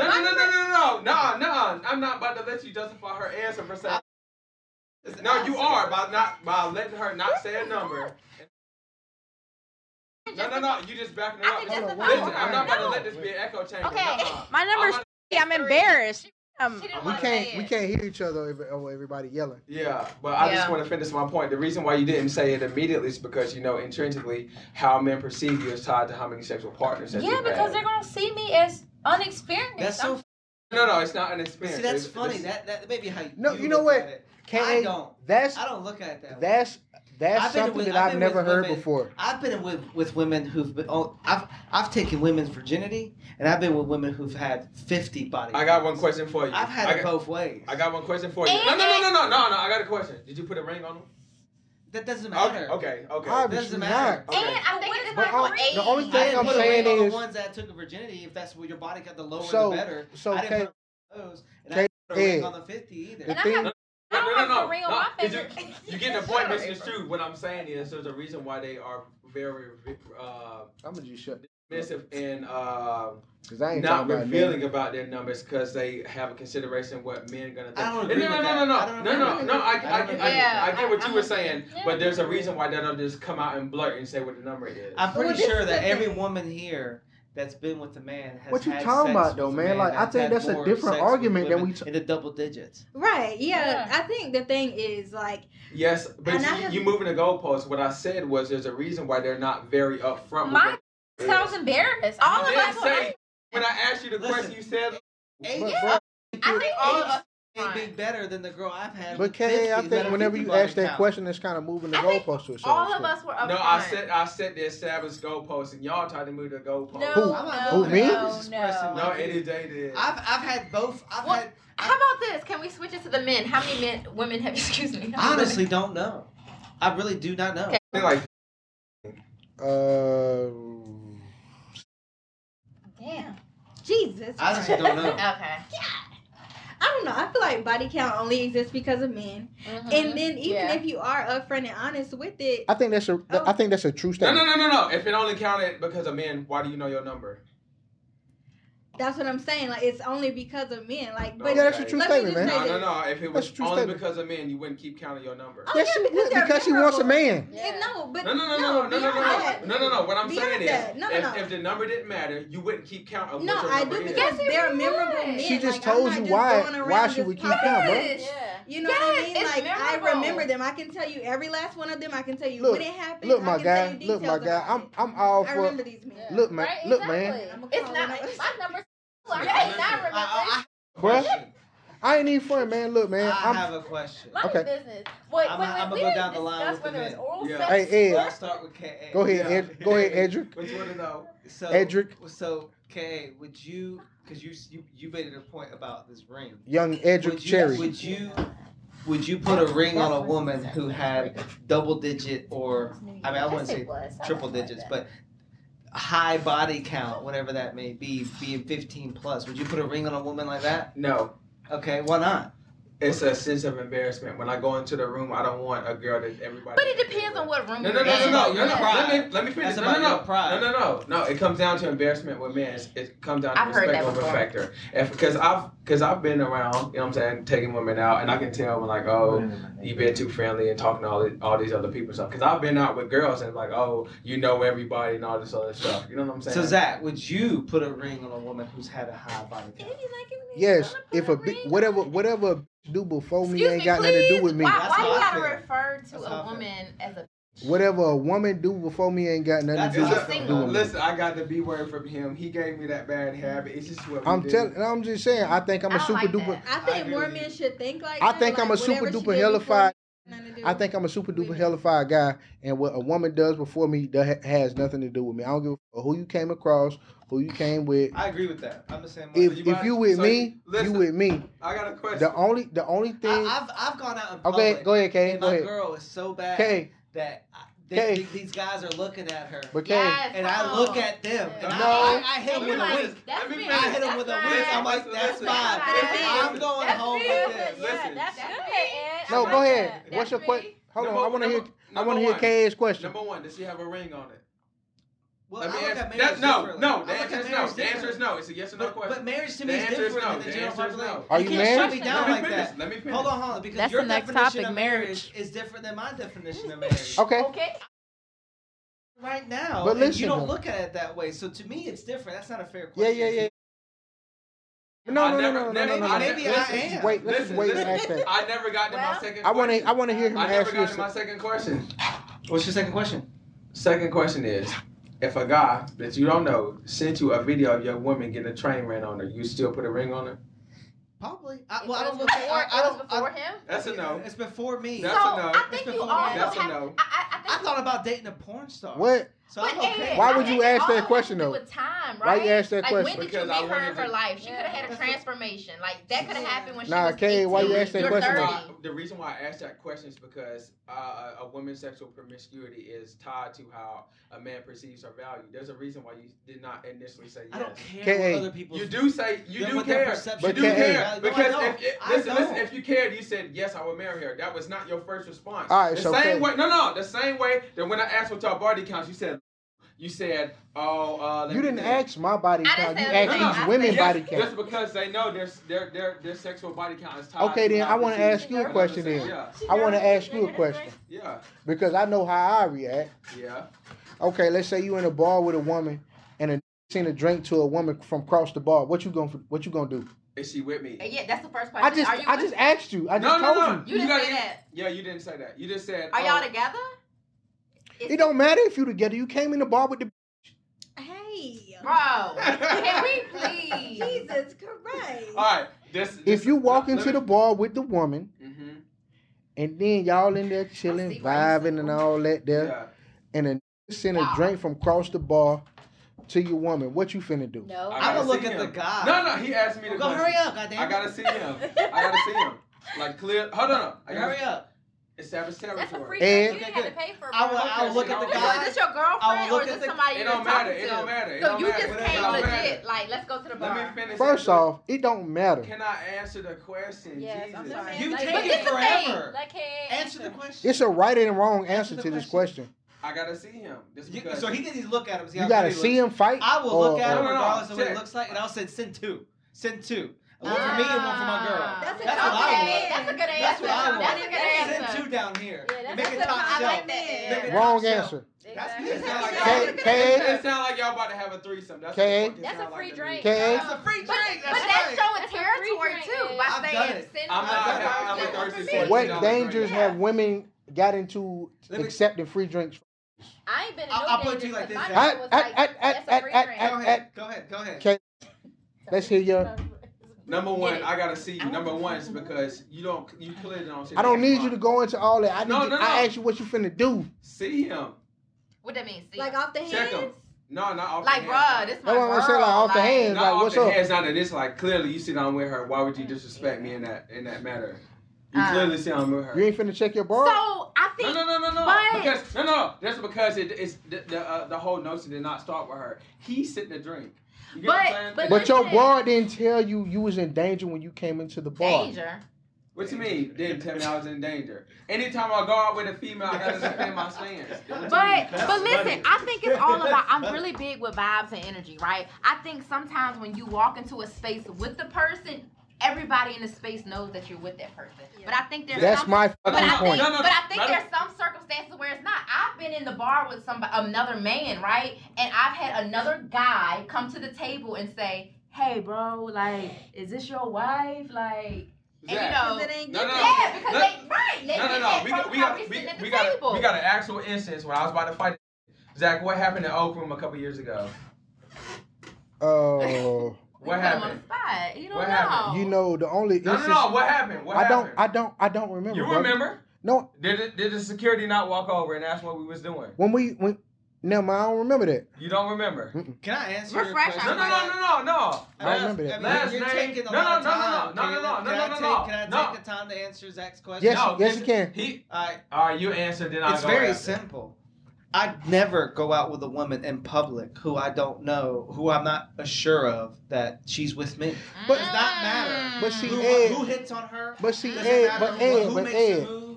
Speaker 2: No, no, no, no, no, no, no, no. I'm not about to let you justify her answer for saying. No, you are by not by letting her not say a number. No, no, no. You just backing her
Speaker 3: I
Speaker 2: up.
Speaker 3: can
Speaker 5: Hold on,
Speaker 3: justify
Speaker 5: wait,
Speaker 2: Listen,
Speaker 5: wait,
Speaker 2: I'm not
Speaker 5: wait,
Speaker 2: about to
Speaker 5: wait,
Speaker 2: let this be
Speaker 5: wait.
Speaker 2: an echo chamber.
Speaker 7: Okay.
Speaker 2: No.
Speaker 8: My number's
Speaker 2: I'm-
Speaker 8: three. I'm embarrassed. Um,
Speaker 7: She didn't
Speaker 5: We
Speaker 7: wanna say
Speaker 5: can't. We
Speaker 7: it.
Speaker 5: can't hear each other over, over everybody yelling.
Speaker 2: Yeah, but I just
Speaker 7: Yeah.
Speaker 2: want to finish my point. The reason why you didn't say it immediately is because you know intrinsically how men perceive you is tied to how many sexual partners that
Speaker 3: Yeah,
Speaker 2: you've
Speaker 3: because they're
Speaker 2: had.
Speaker 3: gonna see me as unexperienced.
Speaker 4: That's
Speaker 3: I'm
Speaker 4: so.
Speaker 2: no, no, it's not an experience.
Speaker 4: See, that's
Speaker 2: It's-
Speaker 4: funny.
Speaker 2: it's-
Speaker 4: That that maybe how you.
Speaker 5: No, you know
Speaker 4: look
Speaker 5: what?
Speaker 4: at it. I
Speaker 5: Can't.
Speaker 4: don't.
Speaker 5: That's
Speaker 4: I don't look at it that. way.
Speaker 5: that's
Speaker 4: I've
Speaker 5: that's
Speaker 4: been
Speaker 5: something
Speaker 4: with-
Speaker 5: that
Speaker 4: I've
Speaker 5: I've
Speaker 4: been
Speaker 5: never
Speaker 4: with
Speaker 5: heard
Speaker 4: women-
Speaker 5: before.
Speaker 4: I've been with with women who've been. Oh, I've I've taken women's virginity, and I've been with women who've had fifty body.
Speaker 2: I got one
Speaker 4: counts.
Speaker 2: question for you.
Speaker 4: I've had
Speaker 2: I
Speaker 4: it
Speaker 2: got,
Speaker 4: both ways.
Speaker 2: I got one question for you. No, no, no, no, no, no, no. I got a question. Did you put a ring on him?
Speaker 4: that doesn't
Speaker 2: Okay,
Speaker 4: matter.
Speaker 2: okay, okay.
Speaker 5: Obviously
Speaker 4: Doesn't matter.
Speaker 5: not.
Speaker 2: Okay.
Speaker 7: And I think it's
Speaker 5: But
Speaker 7: my
Speaker 5: all-
Speaker 7: point.
Speaker 5: the only
Speaker 4: I
Speaker 5: thing
Speaker 4: didn't
Speaker 5: I'm
Speaker 4: put away
Speaker 5: saying
Speaker 4: all
Speaker 5: is-
Speaker 4: the ones that took a virginity. If that's where your body got the lower,
Speaker 5: So-
Speaker 4: the better.
Speaker 5: so,
Speaker 4: I didn't
Speaker 5: Kay-
Speaker 4: put away those, and
Speaker 5: Kay-
Speaker 4: I didn't put a ring
Speaker 5: Ed,
Speaker 4: on the fifty either.
Speaker 5: The
Speaker 3: And I
Speaker 5: thing,
Speaker 3: have-
Speaker 2: No,
Speaker 3: I
Speaker 2: no,
Speaker 3: don't
Speaker 2: no,
Speaker 3: have
Speaker 2: no.
Speaker 3: the ring on
Speaker 2: no.
Speaker 3: my
Speaker 2: Is
Speaker 3: finger.
Speaker 2: You, you getting the point,
Speaker 7: Shut up,
Speaker 2: Mr.
Speaker 7: April.
Speaker 2: Stu. What I'm saying is there's a reason why they are very uh,
Speaker 5: I'm gonna just shut
Speaker 2: dismissive and. Uh,
Speaker 5: because I ain't
Speaker 2: not
Speaker 5: talking about men.
Speaker 2: revealing about their numbers because they have a consideration what men gonna think.
Speaker 4: I don't
Speaker 2: And
Speaker 4: agree
Speaker 2: no,
Speaker 4: with
Speaker 2: no,
Speaker 4: that.
Speaker 2: no, no,
Speaker 4: I don't
Speaker 2: no,
Speaker 4: agree
Speaker 2: no,
Speaker 4: with
Speaker 2: no.
Speaker 4: that.
Speaker 2: I,
Speaker 4: I
Speaker 2: I,
Speaker 4: don't
Speaker 2: I,
Speaker 4: agree
Speaker 7: with
Speaker 2: I,
Speaker 7: that.
Speaker 2: get what
Speaker 7: Yeah,
Speaker 2: you were
Speaker 7: I'm-
Speaker 2: saying,
Speaker 3: yeah.
Speaker 2: but there's a reason why they don't just come out and blurt and say what the number is.
Speaker 4: I'm
Speaker 7: Well,
Speaker 4: pretty
Speaker 7: this
Speaker 4: sure
Speaker 7: is
Speaker 4: that
Speaker 7: the
Speaker 4: every
Speaker 7: thing.
Speaker 4: woman here that's been with a man has
Speaker 5: What you
Speaker 4: had
Speaker 5: talking
Speaker 4: sex
Speaker 5: about,
Speaker 4: with
Speaker 5: though,
Speaker 4: a
Speaker 5: man? Like, I
Speaker 4: that's
Speaker 5: think
Speaker 4: had
Speaker 5: that's a
Speaker 4: more
Speaker 5: different
Speaker 4: sex with
Speaker 5: argument than
Speaker 4: women
Speaker 5: we t-
Speaker 4: in the double digits.
Speaker 6: Right. Yeah.
Speaker 7: Yeah.
Speaker 6: I think the thing is like
Speaker 2: yes, but
Speaker 6: And I
Speaker 2: you-
Speaker 6: have-
Speaker 2: you moving the goalposts. What I said was there's a reason why they're not very upfront. with
Speaker 3: My
Speaker 2: what it
Speaker 3: sounds
Speaker 2: is.
Speaker 3: embarrassed. All
Speaker 2: You
Speaker 3: of
Speaker 2: did
Speaker 3: us.
Speaker 2: say when I asked you the
Speaker 4: Listen.
Speaker 2: question, you said
Speaker 4: Eight,
Speaker 5: But, bro,
Speaker 7: I think all of us.
Speaker 4: may
Speaker 7: fine.
Speaker 4: be better than the girl I've had.
Speaker 5: but
Speaker 4: with
Speaker 5: Kay,
Speaker 4: 50,
Speaker 5: I
Speaker 4: who had
Speaker 5: think
Speaker 4: a
Speaker 5: whenever
Speaker 4: 50
Speaker 5: you
Speaker 4: body
Speaker 5: ask that
Speaker 4: count.
Speaker 5: question, it's kind of moving the
Speaker 7: I think
Speaker 5: goalpost to a certain
Speaker 7: All of
Speaker 5: extent.
Speaker 7: us were up
Speaker 2: no. I
Speaker 7: front.
Speaker 2: said I said the established goalposts, and y'all tried to move the goalposts.
Speaker 3: No,
Speaker 5: Who?
Speaker 7: Oh,
Speaker 4: I'm
Speaker 3: no,
Speaker 4: not
Speaker 5: Who,
Speaker 4: doing
Speaker 5: me?
Speaker 4: that.
Speaker 3: no,
Speaker 4: I'm just expressing
Speaker 3: no.
Speaker 2: No,
Speaker 4: my
Speaker 2: any
Speaker 4: view.
Speaker 2: day did.
Speaker 4: I've I've had both. I've
Speaker 7: What?
Speaker 4: had.
Speaker 7: How about this? Can we switch it to the men? How many men, women have? Excuse me.
Speaker 4: I honestly don't know. I really do not know.
Speaker 7: Okay.
Speaker 2: I think, like
Speaker 5: Uh,
Speaker 7: Damn.
Speaker 6: Jesus.
Speaker 4: I
Speaker 6: Christ.
Speaker 4: honestly don't know.
Speaker 7: Okay.
Speaker 6: I don't know. I feel like body count only exists because of men.
Speaker 7: Mm-hmm.
Speaker 6: And then even
Speaker 3: Yeah.
Speaker 6: if you are upfront and honest with it,
Speaker 5: I think that's a I think that's a true
Speaker 2: no,
Speaker 5: statement.
Speaker 2: no, no, no, no. If it only counted because of men, why do you know your number?
Speaker 6: that's what I'm saying. Like it's only because of men. Like, but
Speaker 5: Yeah, that's a
Speaker 2: Okay.
Speaker 5: true
Speaker 6: Let me
Speaker 5: statement,
Speaker 6: just
Speaker 5: man.
Speaker 6: say
Speaker 2: No, no, no. If it
Speaker 5: That's
Speaker 2: was
Speaker 5: a true
Speaker 2: only
Speaker 5: statement.
Speaker 2: because of men, you wouldn't keep counting your number.
Speaker 6: Oh,
Speaker 5: yes,
Speaker 6: yeah,
Speaker 5: she
Speaker 6: because
Speaker 5: would
Speaker 6: they're
Speaker 5: because she wants a man.
Speaker 3: Yeah.
Speaker 6: no, but
Speaker 2: No, no, no, no, no, no, no, no,
Speaker 6: beyond
Speaker 2: no,
Speaker 6: that.
Speaker 2: no, no, no. What I'm
Speaker 6: Beyond
Speaker 2: saying
Speaker 6: that.
Speaker 2: is,
Speaker 6: No, no,
Speaker 2: if,
Speaker 6: no.
Speaker 2: if the number didn't matter, you wouldn't keep count of
Speaker 6: No,
Speaker 2: what your
Speaker 6: I
Speaker 2: number
Speaker 6: do
Speaker 2: is.
Speaker 6: because
Speaker 7: Yes, it
Speaker 6: they're
Speaker 7: would.
Speaker 6: memorable men.
Speaker 5: She just
Speaker 6: Like, I'm
Speaker 5: told
Speaker 6: not
Speaker 5: you
Speaker 6: just
Speaker 5: why-
Speaker 6: going
Speaker 5: why
Speaker 6: around
Speaker 5: she would
Speaker 6: just
Speaker 5: keep
Speaker 6: popping
Speaker 5: count, bro.
Speaker 6: push.
Speaker 3: Yeah.
Speaker 6: You know what I
Speaker 7: Yes,
Speaker 6: mean?
Speaker 7: it's
Speaker 6: Like I
Speaker 7: memorable.
Speaker 6: remember them. I can tell you every last one of them. I can tell you
Speaker 5: Look,
Speaker 6: when it happened.
Speaker 5: Look,
Speaker 6: I
Speaker 5: my
Speaker 6: can
Speaker 5: guy.
Speaker 6: Tell you
Speaker 5: Look, my
Speaker 6: details
Speaker 5: guy.
Speaker 6: about
Speaker 5: I'm
Speaker 6: it.
Speaker 5: I'm all
Speaker 6: I
Speaker 5: for.
Speaker 6: remember these men.
Speaker 3: Yeah.
Speaker 5: Look, man.
Speaker 3: Right,
Speaker 5: Look, man.
Speaker 3: exactly.
Speaker 6: I'ma
Speaker 7: It's not.
Speaker 6: call them.
Speaker 7: My number's two. I
Speaker 2: Listen.
Speaker 7: cannot
Speaker 4: I,
Speaker 7: remember.
Speaker 4: I,
Speaker 5: Bruh, I ain't even friend, man. Look,
Speaker 4: I
Speaker 5: man.
Speaker 4: have
Speaker 5: I'm,
Speaker 4: a question.
Speaker 3: Mind
Speaker 5: Okay.
Speaker 3: your business. Wait, wait,
Speaker 4: I'm-
Speaker 3: wait.
Speaker 4: I'ma
Speaker 3: we
Speaker 4: go
Speaker 3: didn't
Speaker 4: down the line
Speaker 3: discuss
Speaker 4: with
Speaker 3: whether
Speaker 4: the
Speaker 3: it's
Speaker 4: men.
Speaker 3: oral
Speaker 2: Yeah.
Speaker 3: sex.
Speaker 5: Hey,
Speaker 4: I'll
Speaker 5: Ed.
Speaker 4: start with K.
Speaker 5: Go ahead,
Speaker 2: Yeah.
Speaker 5: Ed. Go ahead, Edric.
Speaker 2: What you want to know?
Speaker 4: So,
Speaker 5: Edric.
Speaker 4: So, Kay, would you? Because you, you you made it a point about this ring.
Speaker 5: Young Edric
Speaker 4: would you,
Speaker 5: Cherry.
Speaker 4: Would you? Would you put a ring on a woman who had double digit or I mean I wouldn't say triple digits, but high body count, whatever that may be, being 15 plus. Would you put a ring on a woman like that?
Speaker 2: No,
Speaker 4: Okay, why not?
Speaker 2: it's a sense of embarrassment. When I go into the room, I don't want a girl that everybody.
Speaker 7: But it depends on what room.
Speaker 2: No, no, no, no,
Speaker 7: you're in.
Speaker 2: no, no, no.
Speaker 4: Yeah.
Speaker 2: Let me let me finish.
Speaker 4: That's
Speaker 2: No, no,
Speaker 4: about
Speaker 2: no,
Speaker 4: your pride.
Speaker 2: no, no, no, no. It comes down to embarrassment with men. It's- It comes down to
Speaker 7: I've heard
Speaker 2: respect
Speaker 7: that
Speaker 2: over
Speaker 7: before.
Speaker 2: factor. If because I've because I've been around, you know, what I'm saying, taking women out, and I can tell when like, oh, you been too friendly and talking to all the, all these other people and stuff. Because I've been out with girls and like, oh, you know everybody and all this other stuff. You know what I'm saying?
Speaker 4: So Zach, would you put a ring on a woman who's had a high body count?
Speaker 5: yes. If a big whatever whatever a bitch do before me
Speaker 7: Excuse
Speaker 5: ain't
Speaker 7: me,
Speaker 5: got nothing to do with me.
Speaker 7: Why,
Speaker 4: That's
Speaker 7: why
Speaker 4: how
Speaker 7: you
Speaker 4: I
Speaker 7: gotta
Speaker 4: feel.
Speaker 7: refer to
Speaker 4: That's how I
Speaker 7: a
Speaker 4: feel.
Speaker 7: woman as a?
Speaker 5: Whatever a woman do before me ain't got nothing
Speaker 4: That's
Speaker 5: to do
Speaker 4: how I
Speaker 5: with-
Speaker 4: feel.
Speaker 5: do with me.
Speaker 2: Listen, I got the B word from him. He gave me that bad habit. It's just what we
Speaker 5: I'm
Speaker 2: do.
Speaker 5: telling. I'm just saying. I think I'm
Speaker 7: I
Speaker 5: a
Speaker 7: don't
Speaker 5: super
Speaker 7: like
Speaker 5: duper.
Speaker 7: that.
Speaker 6: I
Speaker 2: I
Speaker 6: think
Speaker 2: agree
Speaker 6: more
Speaker 2: with you.
Speaker 6: men should think like
Speaker 5: I
Speaker 6: that,
Speaker 5: think
Speaker 6: like,
Speaker 5: I'm a super
Speaker 6: whatever she
Speaker 5: duper
Speaker 6: did before
Speaker 5: hellified-
Speaker 6: had nothing to do
Speaker 5: I
Speaker 6: with
Speaker 5: think I'm a super
Speaker 6: with
Speaker 5: duper
Speaker 6: it.
Speaker 5: hellified guy, and what a woman does before me that ha- has nothing to do with me. I don't give a f- who you came across, who you came with.
Speaker 4: I agree with that. I'm the same way.
Speaker 5: If
Speaker 2: you
Speaker 5: if
Speaker 2: mind-
Speaker 5: you with
Speaker 2: so,
Speaker 5: me,
Speaker 2: listen.
Speaker 5: you with me.
Speaker 2: I got a question.
Speaker 5: The only the only thing.
Speaker 4: I, I've I've gone out in public.
Speaker 5: okay, go ahead, Kay.
Speaker 4: and
Speaker 5: Go
Speaker 4: my
Speaker 5: ahead,
Speaker 4: girl is so bad
Speaker 5: Kay.
Speaker 4: that I, they,
Speaker 5: Kay.
Speaker 4: think these guys are looking at her.
Speaker 5: But Kay,
Speaker 7: Yes,
Speaker 4: and I
Speaker 7: come
Speaker 4: look
Speaker 7: on.
Speaker 4: at them. And
Speaker 2: No.
Speaker 4: I, I, I hit
Speaker 7: And
Speaker 4: them
Speaker 7: you're
Speaker 4: with
Speaker 7: like,
Speaker 4: a wink.
Speaker 7: that's
Speaker 2: Let me
Speaker 7: me.
Speaker 2: finish.
Speaker 4: I hit him
Speaker 7: That's
Speaker 4: with a
Speaker 7: fine.
Speaker 4: wink. I'm like, that's
Speaker 2: Listen,
Speaker 4: fine.
Speaker 7: listen,
Speaker 4: I'm going
Speaker 7: That's
Speaker 4: home
Speaker 7: me.
Speaker 4: with this.
Speaker 2: Listen.
Speaker 3: that's
Speaker 7: That's
Speaker 3: good,
Speaker 7: me.
Speaker 3: Ed. I
Speaker 5: no,
Speaker 3: like
Speaker 5: go ahead.
Speaker 3: that.
Speaker 5: What's your
Speaker 7: That's
Speaker 5: question? Hold on,
Speaker 2: Number-
Speaker 5: I want to hear.
Speaker 2: number-
Speaker 5: I want to
Speaker 2: number
Speaker 5: hear
Speaker 2: one.
Speaker 5: Kay's question.
Speaker 2: Number one, does he have a ring on it?
Speaker 4: Well,
Speaker 2: Let
Speaker 4: I
Speaker 2: me
Speaker 4: look
Speaker 2: ask-
Speaker 4: at marriage
Speaker 2: that- no,
Speaker 4: differently.
Speaker 2: no.
Speaker 4: I
Speaker 2: The
Speaker 4: look
Speaker 2: answer
Speaker 4: at
Speaker 2: is no.
Speaker 4: marriage
Speaker 2: The answer is
Speaker 4: differently.
Speaker 2: no. It's a yes or no
Speaker 4: But, but
Speaker 2: question.
Speaker 4: marriage to
Speaker 2: The
Speaker 4: me is
Speaker 2: answer is
Speaker 4: different
Speaker 2: no.
Speaker 4: than the
Speaker 2: The
Speaker 4: general
Speaker 2: answer is no.
Speaker 4: population.
Speaker 5: Are
Speaker 4: You
Speaker 5: you
Speaker 4: can't shut
Speaker 5: married?
Speaker 4: me down
Speaker 2: Let
Speaker 4: like
Speaker 2: me finish.
Speaker 4: that.
Speaker 2: Let me finish.
Speaker 4: Hold on, hold on, because
Speaker 3: That's
Speaker 4: your
Speaker 3: the next
Speaker 4: definition
Speaker 3: topic,
Speaker 4: of
Speaker 3: marriage.
Speaker 4: marriage is different than my definition of marriage.
Speaker 5: Okay,
Speaker 7: Okay.
Speaker 4: Right now,
Speaker 5: But
Speaker 4: and
Speaker 5: listen,
Speaker 4: you don't
Speaker 5: though.
Speaker 4: look at it that way. So to me, it's different. That's not a fair
Speaker 5: yeah,
Speaker 4: question.
Speaker 5: yeah, yeah. No,
Speaker 2: I
Speaker 5: no, no,
Speaker 2: never-
Speaker 5: no, no, no, no, no.
Speaker 4: Maybe- maybe I
Speaker 5: Let's just
Speaker 4: am.
Speaker 5: Wait, let's just
Speaker 2: Listen,
Speaker 5: wait and
Speaker 2: listen.
Speaker 5: ask that.
Speaker 2: I never got to my
Speaker 7: Well-
Speaker 2: second.
Speaker 5: I want to.
Speaker 2: question.
Speaker 5: I want to hear him
Speaker 2: I never
Speaker 5: ask you.
Speaker 2: got to
Speaker 5: something.
Speaker 2: my second question.
Speaker 4: What's your second question?
Speaker 2: Second question is, if a guy that you don't know sent you a video of your woman getting a train ran on her, you still put a ring on her?
Speaker 4: Probably. I,
Speaker 7: It
Speaker 4: well, I
Speaker 7: was
Speaker 4: don't look.
Speaker 7: before-
Speaker 4: I, I
Speaker 7: it was
Speaker 4: don't.
Speaker 7: before
Speaker 4: I,
Speaker 7: him.
Speaker 2: That's a no.
Speaker 4: It's before me.
Speaker 2: That's
Speaker 7: so
Speaker 2: a no.
Speaker 7: I
Speaker 4: It's
Speaker 7: think you
Speaker 4: before
Speaker 7: also
Speaker 4: me.
Speaker 2: That's a
Speaker 7: have.
Speaker 2: no.
Speaker 7: I, I, I think
Speaker 4: I thought about dating a porn star.
Speaker 5: What?
Speaker 4: So I'm
Speaker 7: But
Speaker 4: okay.
Speaker 7: Ed,
Speaker 5: Why
Speaker 7: I
Speaker 5: would you
Speaker 7: think it
Speaker 5: ask that
Speaker 7: all has
Speaker 5: question,
Speaker 7: to do
Speaker 5: though?
Speaker 7: With time, right?
Speaker 5: Why you ask that
Speaker 7: like,
Speaker 5: question?
Speaker 7: When did
Speaker 2: Because
Speaker 7: you
Speaker 2: I
Speaker 7: meet her
Speaker 2: wanted
Speaker 7: in her
Speaker 2: to-
Speaker 7: life? She
Speaker 3: Yeah.
Speaker 7: could have had a transformation. Like that could have
Speaker 4: Yeah.
Speaker 7: happened when she
Speaker 5: Nah,
Speaker 7: was
Speaker 5: Kay, why you
Speaker 7: 18.
Speaker 5: ask that
Speaker 7: You're
Speaker 5: question, though?
Speaker 7: 30.
Speaker 2: The reason why I asked that question is because uh, a woman's sexual promiscuity is tied to how a man perceives her value. There's a reason why you did not initially say
Speaker 4: I
Speaker 2: yes.
Speaker 4: don't care
Speaker 5: K.A.
Speaker 4: what other people.
Speaker 2: You do say you
Speaker 4: Then
Speaker 2: do
Speaker 4: what their
Speaker 2: care.
Speaker 4: perception
Speaker 2: You
Speaker 5: But
Speaker 2: do
Speaker 5: Kay-
Speaker 2: care
Speaker 4: No, I
Speaker 2: because
Speaker 4: don't.
Speaker 2: if, if
Speaker 4: I
Speaker 2: listen, listen,
Speaker 4: don't.
Speaker 2: if you cared, you said yes, I will marry her. That was not your first response.
Speaker 5: All right,
Speaker 2: the
Speaker 5: so
Speaker 2: same
Speaker 5: Kay-
Speaker 2: way. No, no, the same way that when I asked what y'all body counts, you said you said oh. Uh, let
Speaker 5: You
Speaker 2: me
Speaker 5: didn't
Speaker 2: think.
Speaker 5: ask my body
Speaker 7: I
Speaker 5: count. You
Speaker 7: didn't
Speaker 2: No,
Speaker 7: say
Speaker 5: asked
Speaker 2: no,
Speaker 7: anything.
Speaker 5: these
Speaker 7: I
Speaker 5: women
Speaker 7: said-
Speaker 2: just,
Speaker 5: body count.
Speaker 2: Just because they know their their their their sexual body count is tied.
Speaker 5: Okay,
Speaker 2: to
Speaker 5: then,
Speaker 2: how
Speaker 5: I wanna
Speaker 2: they see
Speaker 5: ask
Speaker 2: each
Speaker 5: you a
Speaker 2: other.
Speaker 5: question then.
Speaker 2: Yeah,
Speaker 5: I want to ask you a question
Speaker 2: yeah,
Speaker 5: because I know how I react.
Speaker 2: yeah.
Speaker 5: Okay, let's say you in a bar with a woman and a seen a drink to a woman from across the bar. What you gonna What you gonna do?
Speaker 2: Is she with me?
Speaker 7: Yeah, that's the first question.
Speaker 5: I just
Speaker 7: Are you
Speaker 5: I just asked you. I
Speaker 2: no,
Speaker 5: just
Speaker 2: no,
Speaker 5: told
Speaker 2: no.
Speaker 5: you.
Speaker 7: You didn't
Speaker 2: gotta-
Speaker 7: say that.
Speaker 2: Yeah, you didn't say that. You just said.
Speaker 7: Are y'all
Speaker 2: oh,
Speaker 7: together?
Speaker 5: It don't matter if you together. You came in the bar with the.
Speaker 6: Hey,
Speaker 7: Bro, can we please?
Speaker 6: Jesus Christ!
Speaker 2: All right. This, this
Speaker 5: If you walk
Speaker 2: let-
Speaker 5: into the
Speaker 2: let
Speaker 5: bar with the woman
Speaker 2: me- Mhm,
Speaker 5: and then y'all in there chilling,
Speaker 7: see why you
Speaker 5: vibing, and
Speaker 7: single.
Speaker 5: all that
Speaker 2: Yeah.
Speaker 5: there, and a send a
Speaker 7: Wow.
Speaker 5: drink from across the bar to your woman, what you finna do?
Speaker 3: No.
Speaker 2: I
Speaker 4: I'm
Speaker 2: gotta
Speaker 4: gonna look
Speaker 2: see
Speaker 4: at the
Speaker 2: him.
Speaker 4: guy.
Speaker 2: No, no. He asked me to
Speaker 4: Well, go hurry up, goddamn.
Speaker 2: I gotta see him. I gotta see him. Like clear. Hold on. I gotta
Speaker 4: hurry up.
Speaker 2: establish territory.
Speaker 7: That's a
Speaker 5: Ed?
Speaker 7: free thing. You didn't have to pay for it.
Speaker 4: I will.
Speaker 7: bro.
Speaker 4: I will look at the
Speaker 2: Okay,
Speaker 7: So is
Speaker 4: guy.
Speaker 7: this your
Speaker 4: I
Speaker 7: girlfriend
Speaker 4: will
Speaker 7: or
Speaker 4: look
Speaker 7: is
Speaker 4: at
Speaker 7: this
Speaker 4: the-
Speaker 7: somebody
Speaker 2: It
Speaker 7: you're
Speaker 2: don't
Speaker 7: talking
Speaker 2: matter.
Speaker 7: to?
Speaker 2: It don't matter. It
Speaker 7: So
Speaker 2: don't
Speaker 7: you
Speaker 2: matter.
Speaker 7: just
Speaker 2: It
Speaker 7: came
Speaker 2: don't
Speaker 7: legit.
Speaker 2: matter.
Speaker 7: Like, let's go to the
Speaker 2: Let me
Speaker 7: bar.
Speaker 2: finish.
Speaker 5: First
Speaker 2: answering-
Speaker 5: off, it don't matter.
Speaker 2: can I answer the question?
Speaker 3: Yes,
Speaker 2: Jesus.
Speaker 3: I'm sorry.
Speaker 4: You
Speaker 3: Like,
Speaker 4: take
Speaker 3: but
Speaker 4: it
Speaker 3: this is the
Speaker 4: forever.
Speaker 3: thing. Like, hey,
Speaker 4: Answer the question.
Speaker 5: It's a right and wrong
Speaker 4: Answer
Speaker 5: answer
Speaker 4: the
Speaker 5: to this
Speaker 4: question.
Speaker 5: question.
Speaker 2: I gotta see him. Just
Speaker 4: You-
Speaker 2: because.
Speaker 4: so he didn't even look at him. See how
Speaker 5: You gotta
Speaker 4: good he
Speaker 5: see
Speaker 4: looks.
Speaker 5: him Oh. fight.
Speaker 4: I will
Speaker 5: or-
Speaker 4: look at
Speaker 2: No,
Speaker 4: him
Speaker 2: no, no.
Speaker 4: regardless of what he
Speaker 2: Check.
Speaker 4: looks like, and I'll send send two, send two, one for me and one for my girl.
Speaker 7: Ah.
Speaker 6: That's
Speaker 4: That's
Speaker 6: a good
Speaker 4: what I want.
Speaker 7: okay. Ah. That's a good answer.
Speaker 4: That's what I want.
Speaker 7: That's a good
Speaker 4: Send
Speaker 7: answer.
Speaker 4: two down here.
Speaker 3: Yeah, that's-
Speaker 4: Make
Speaker 3: that's
Speaker 4: it
Speaker 3: what
Speaker 4: top
Speaker 3: I
Speaker 4: shelf.
Speaker 3: like that.
Speaker 4: Make it
Speaker 3: Yeah.
Speaker 5: Wrong
Speaker 4: top shelf.
Speaker 5: answer.
Speaker 4: That's
Speaker 2: It sound like
Speaker 4: K-
Speaker 2: y'all-
Speaker 5: K-
Speaker 2: It sound like y'all about to have a threesome. That's
Speaker 5: K-
Speaker 2: what it
Speaker 3: That's a
Speaker 2: sound
Speaker 3: free
Speaker 2: like to me.
Speaker 3: drink.
Speaker 5: Okay.
Speaker 7: Uh,
Speaker 4: That's a free drink.
Speaker 7: But, but
Speaker 4: That's
Speaker 7: that's
Speaker 4: right.
Speaker 7: showing
Speaker 3: That's a free
Speaker 7: territory
Speaker 3: drink,
Speaker 7: too
Speaker 3: Ed.
Speaker 7: by
Speaker 4: I've done
Speaker 7: saying
Speaker 4: it.
Speaker 7: send
Speaker 2: I'm
Speaker 7: my
Speaker 2: not.
Speaker 7: girl
Speaker 2: I'm
Speaker 7: one
Speaker 2: a
Speaker 7: for
Speaker 2: thirsty
Speaker 7: me.
Speaker 2: for
Speaker 5: What
Speaker 2: $14
Speaker 5: dangers
Speaker 2: drink.
Speaker 5: have women got into
Speaker 4: Let me-
Speaker 5: accepting free drinks?
Speaker 3: I ain't been in no
Speaker 4: I'll- I'll put it to you
Speaker 3: danger
Speaker 4: like this,
Speaker 3: 'cause
Speaker 4: Zach.
Speaker 3: my
Speaker 5: I,
Speaker 3: nigga was
Speaker 5: I,
Speaker 3: like,
Speaker 5: I,
Speaker 3: that's
Speaker 5: I,
Speaker 3: a free
Speaker 5: I,
Speaker 3: drink.
Speaker 4: Go
Speaker 5: I, I,
Speaker 4: ahead. Go ahead. Go ahead.
Speaker 5: Okay. let's hear
Speaker 7: uh,
Speaker 5: your.
Speaker 2: Number one,
Speaker 7: it.
Speaker 2: I gotta see you. Number one is because you don't. You clearly don't. see
Speaker 5: I don't
Speaker 2: the
Speaker 5: need you to go into all that. I need
Speaker 2: No,
Speaker 5: you,
Speaker 2: no, no.
Speaker 5: I asked you what you finna do.
Speaker 2: see him.
Speaker 7: What that means? See?
Speaker 6: Like off the
Speaker 2: Check him.
Speaker 6: hands.
Speaker 2: No, not off.
Speaker 7: Like,
Speaker 2: the hands.
Speaker 7: bruh, this my
Speaker 5: That's
Speaker 7: girl.
Speaker 5: what I'm saying. Like off the hands,
Speaker 2: Not
Speaker 5: like
Speaker 2: off
Speaker 5: what's
Speaker 2: the
Speaker 5: up?
Speaker 2: hands. Not that it's like clearly you sit down with her. Why would you disrespect me in that in that matter? You
Speaker 7: Uh,
Speaker 2: clearly sit down with her.
Speaker 5: You ain't finna check your bar.
Speaker 7: So I
Speaker 2: No,
Speaker 7: think
Speaker 2: no, no, no, no.
Speaker 7: But-
Speaker 2: because no, no, that's because it, it's the the, uh, the whole notion did not start with her. He sitting to drink. You get what I'm
Speaker 7: But-
Speaker 2: saying?
Speaker 7: but
Speaker 5: but your
Speaker 7: listen.
Speaker 5: bar didn't tell you you was in danger when you came into the bar.
Speaker 7: danger.
Speaker 2: what you mean? Didn't tell me I was in danger. Anytime I go out with a female, I gotta defend my stance.
Speaker 7: But
Speaker 4: That's
Speaker 7: but listen,
Speaker 4: funny.
Speaker 7: I think it's all about. I'm really big with vibes and energy, right? I think sometimes when you walk into a space with the person, everybody in the space knows that you're with that person. But I think there's
Speaker 5: That's
Speaker 7: some-
Speaker 5: my
Speaker 2: But
Speaker 7: But
Speaker 5: fucking
Speaker 7: I think,
Speaker 5: point.
Speaker 2: No, no,
Speaker 7: but I think
Speaker 2: no.
Speaker 7: there's some circumstances where it's not. I've been in the bar with some another man, right? And I've had another guy come to the table and say, "Hey, bro, like, is this your wife? Like, And you know,
Speaker 6: Because it ain't
Speaker 2: No,
Speaker 6: good.
Speaker 2: no, no.
Speaker 7: yeah, because
Speaker 2: No,
Speaker 7: they right. They
Speaker 2: No, no,
Speaker 7: get
Speaker 2: no.
Speaker 7: that
Speaker 2: We
Speaker 7: from
Speaker 2: got, we
Speaker 7: how
Speaker 2: got,
Speaker 7: we
Speaker 2: we,
Speaker 7: sitting at the
Speaker 2: we got,
Speaker 7: table.
Speaker 2: a, we got an actual instance when I was about to fight. Zach, what happened in Oak Room a couple years ago?
Speaker 5: Uh,
Speaker 7: Put
Speaker 2: What
Speaker 7: 'em On
Speaker 2: happened?
Speaker 7: the spot. You don't
Speaker 2: What
Speaker 7: know.
Speaker 2: happened?
Speaker 5: you know the only
Speaker 2: No, no,
Speaker 5: instance-
Speaker 2: no. What happened? What
Speaker 5: I
Speaker 2: happened?
Speaker 5: don't. I don't. I don't remember.
Speaker 2: you
Speaker 5: brother.
Speaker 2: remember?
Speaker 5: No,
Speaker 2: Did it, did the security not walk over and ask what we was doing?
Speaker 5: when we when. Now, I don't remember that.
Speaker 2: You don't remember?
Speaker 4: Can I answer your
Speaker 7: Refresh
Speaker 2: No,
Speaker 4: question?
Speaker 2: no, no, no, no, no.
Speaker 5: I don't remember that.
Speaker 4: mean,
Speaker 2: Last
Speaker 4: you're
Speaker 2: name-
Speaker 4: taking a
Speaker 2: no, no,
Speaker 4: lot of
Speaker 2: no, no,
Speaker 4: time.
Speaker 2: no, no,
Speaker 4: Can you-
Speaker 2: no,
Speaker 4: can
Speaker 2: no, no,
Speaker 4: I take-
Speaker 2: no,
Speaker 4: Can
Speaker 2: no.
Speaker 4: I take the time to answer Zach's question?
Speaker 5: Yes,
Speaker 2: No,
Speaker 5: yes,
Speaker 2: this-
Speaker 5: you can.
Speaker 2: He.
Speaker 4: All right.
Speaker 2: All right, you answer. Then I
Speaker 4: It's
Speaker 2: go.
Speaker 4: very
Speaker 2: after.
Speaker 4: simple. I'd never go out with a woman in public who I don't know, who I'm not sure of that she's with me.
Speaker 5: But-
Speaker 4: Does
Speaker 7: Mm.
Speaker 4: not matter.
Speaker 5: But see,
Speaker 4: who,
Speaker 5: Ed-
Speaker 4: who hits on her?
Speaker 5: But see,
Speaker 4: Doesn't
Speaker 5: Ed,
Speaker 4: matter
Speaker 5: but
Speaker 4: who,
Speaker 5: Ed,
Speaker 4: who
Speaker 5: but
Speaker 4: makes
Speaker 5: Ed,
Speaker 4: the move.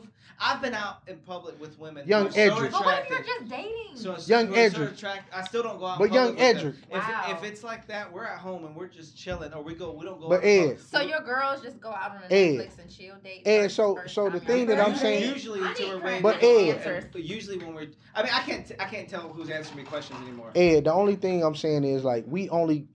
Speaker 4: I've been out in public with women.
Speaker 5: Young
Speaker 4: who are So
Speaker 5: Edrick.
Speaker 7: But what if you're
Speaker 4: attractive.
Speaker 7: just dating?
Speaker 4: So,
Speaker 5: Young
Speaker 4: who are so
Speaker 5: Edrick.
Speaker 4: attract- I still don't go out. in
Speaker 5: But young
Speaker 4: public with them.
Speaker 5: Edrick.
Speaker 4: If,
Speaker 7: Wow.
Speaker 4: if it's like that, we're at home and we're just chilling, or we go, we don't go.
Speaker 5: But
Speaker 4: out in
Speaker 5: Ed.
Speaker 4: public.
Speaker 7: So your girls just go out on a
Speaker 5: Ed.
Speaker 7: Netflix and chill date.
Speaker 5: Ed,
Speaker 7: first-
Speaker 5: so-
Speaker 7: first
Speaker 5: so the
Speaker 7: time
Speaker 5: thing
Speaker 7: y'all
Speaker 5: that I'm
Speaker 7: meet?
Speaker 5: saying-
Speaker 4: usually
Speaker 7: I
Speaker 4: to
Speaker 7: need
Speaker 4: a
Speaker 7: correct
Speaker 4: random-
Speaker 5: But Ed-
Speaker 7: answers.
Speaker 4: But usually when we're, I mean, I can't, t- I can't tell who's answering me questions anymore.
Speaker 5: Ed, the only thing I'm saying is like we only.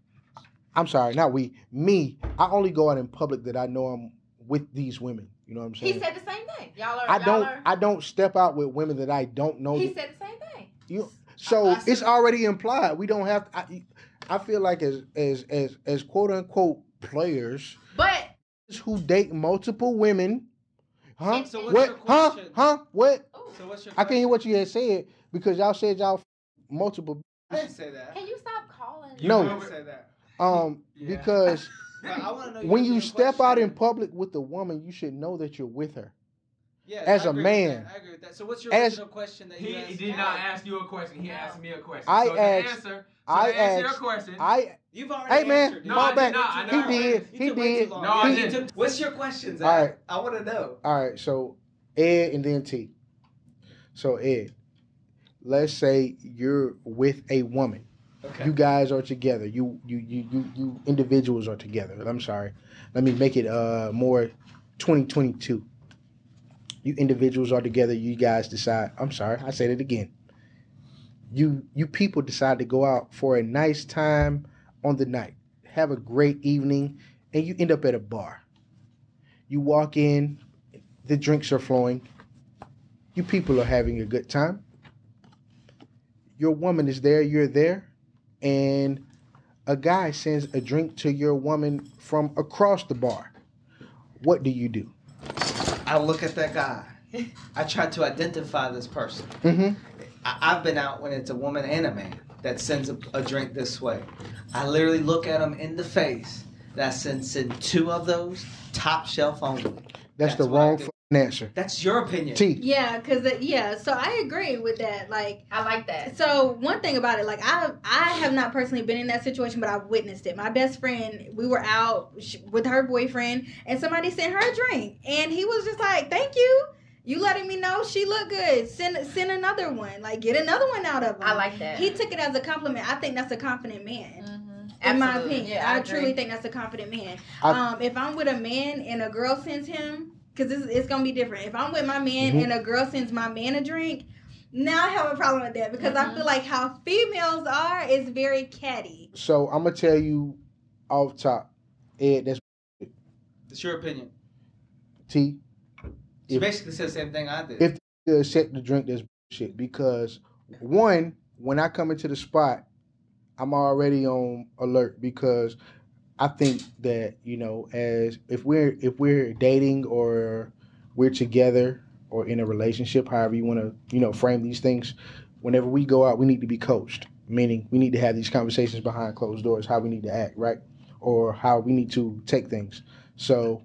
Speaker 5: I'm sorry, not we. Me, I only go out in public that I know I'm with these women. You know what I'm
Speaker 7: He
Speaker 5: saying?
Speaker 7: said the same thing. Y'all are.
Speaker 5: I
Speaker 7: y'all
Speaker 5: don't.
Speaker 7: Are,
Speaker 5: I don't step out with women that I don't know.
Speaker 7: he said the same thing.
Speaker 5: You so
Speaker 4: I- I said-
Speaker 5: it's already implied. We don't have. I, I feel like as as as as quote unquote players
Speaker 7: But
Speaker 5: who date multiple women, huh?
Speaker 4: So what's your
Speaker 5: What? Huh?
Speaker 4: question?
Speaker 5: Huh? What?
Speaker 7: ooh,
Speaker 4: So what's your?
Speaker 5: I can't hear what you had said because y'all said y'all f- multiple.
Speaker 4: I didn't say that.
Speaker 7: can you stop calling?
Speaker 2: You
Speaker 5: No.
Speaker 4: I
Speaker 2: know
Speaker 4: didn't
Speaker 2: it.
Speaker 4: say that.
Speaker 5: Um,
Speaker 2: Yeah.
Speaker 5: because
Speaker 4: But I want to know
Speaker 5: when
Speaker 4: your
Speaker 5: you
Speaker 4: question.
Speaker 5: step out in public with a woman, you should know that you're with her.
Speaker 4: Yes,
Speaker 5: as
Speaker 4: I
Speaker 5: a
Speaker 4: agree with
Speaker 5: man.
Speaker 4: that. I agree with that. So what's your
Speaker 5: As-
Speaker 4: original question that
Speaker 2: He,
Speaker 4: you asked?
Speaker 2: did not ask you a question. He
Speaker 7: No.
Speaker 2: asked me a question.
Speaker 5: I
Speaker 2: so
Speaker 5: asked-
Speaker 2: To answer, so
Speaker 5: I
Speaker 2: to answer
Speaker 5: asked-
Speaker 2: your question.
Speaker 5: I
Speaker 4: You've already
Speaker 5: Hey, man,
Speaker 4: answered. it.
Speaker 2: No, fall I did back. not. I
Speaker 4: You
Speaker 2: never- He
Speaker 5: did.
Speaker 4: You
Speaker 5: He
Speaker 4: took way
Speaker 5: did.
Speaker 4: too long.
Speaker 2: No, I
Speaker 4: You
Speaker 2: didn't.
Speaker 4: took- What's your questions?
Speaker 5: All right.
Speaker 4: I want to know.
Speaker 5: all right. So Ed and then T. So Ed, let's say you're with a woman.
Speaker 4: Okay.
Speaker 5: you guys are together you you you you, you individuals are together i'm sorry let me make it uh more 2022 you individuals are together you guys decide i'm sorry i said it again you you people decide to go out for a nice time on the night have a great evening and you end up at a bar you walk in the drinks are flowing you people are having a good time your woman is there you're there and a guy sends a drink to your woman from across the bar. What do you do?
Speaker 4: I look at that guy. I try to identify this person.
Speaker 5: Mm-hmm.
Speaker 4: I, I've been out when it's a woman and a man that sends a, a drink this way. I literally look at them in the face. That sends in two of those top shelf only.
Speaker 5: That's,
Speaker 4: That's
Speaker 5: the
Speaker 4: what I
Speaker 5: wrong
Speaker 4: do.
Speaker 5: f***ing answer.
Speaker 4: That's your opinion.
Speaker 5: T.
Speaker 6: Yeah, cause it, yeah. So I agree with that. Like,
Speaker 7: I like that.
Speaker 6: so one thing about it, like I I have not personally been in that situation, but I've witnessed it. My best friend, we were out sh- with her boyfriend, and somebody sent her a drink, and he was just like, "Thank you, you letting me know she looked good. Send send another one. Like, get another one out of her."
Speaker 7: I like that.
Speaker 6: He took it as a compliment. I think that's a confident man.
Speaker 7: Mhm.
Speaker 6: In my
Speaker 7: Absolutely.
Speaker 6: opinion,
Speaker 7: Yeah,
Speaker 6: I,
Speaker 7: agree.
Speaker 6: truly think that's a confident man.
Speaker 5: I-
Speaker 6: um, if I'm with a man and a girl sends him, because it's, it's gonna be different. If I'm with my man
Speaker 5: Mhm.
Speaker 6: and a girl sends my man a drink, now I have a problem with that because I
Speaker 7: Mhm.
Speaker 6: feel like how females are is very catty.
Speaker 5: So I'm gonna tell you off top, Ed. That's
Speaker 4: It's your opinion.
Speaker 5: T.
Speaker 4: She
Speaker 5: If-
Speaker 4: basically said the same thing I did.
Speaker 5: if- To accept the drink, that's bullshit. Because one, when I come into the spot, I'm already on alert because I think that you know, as if we're if we're dating or we're together or in a relationship, however you want to you know frame these things, whenever we go out, we need to be coached. Meaning, we need to have these conversations behind closed doors, how we need to act, right, or how we need to take things. So,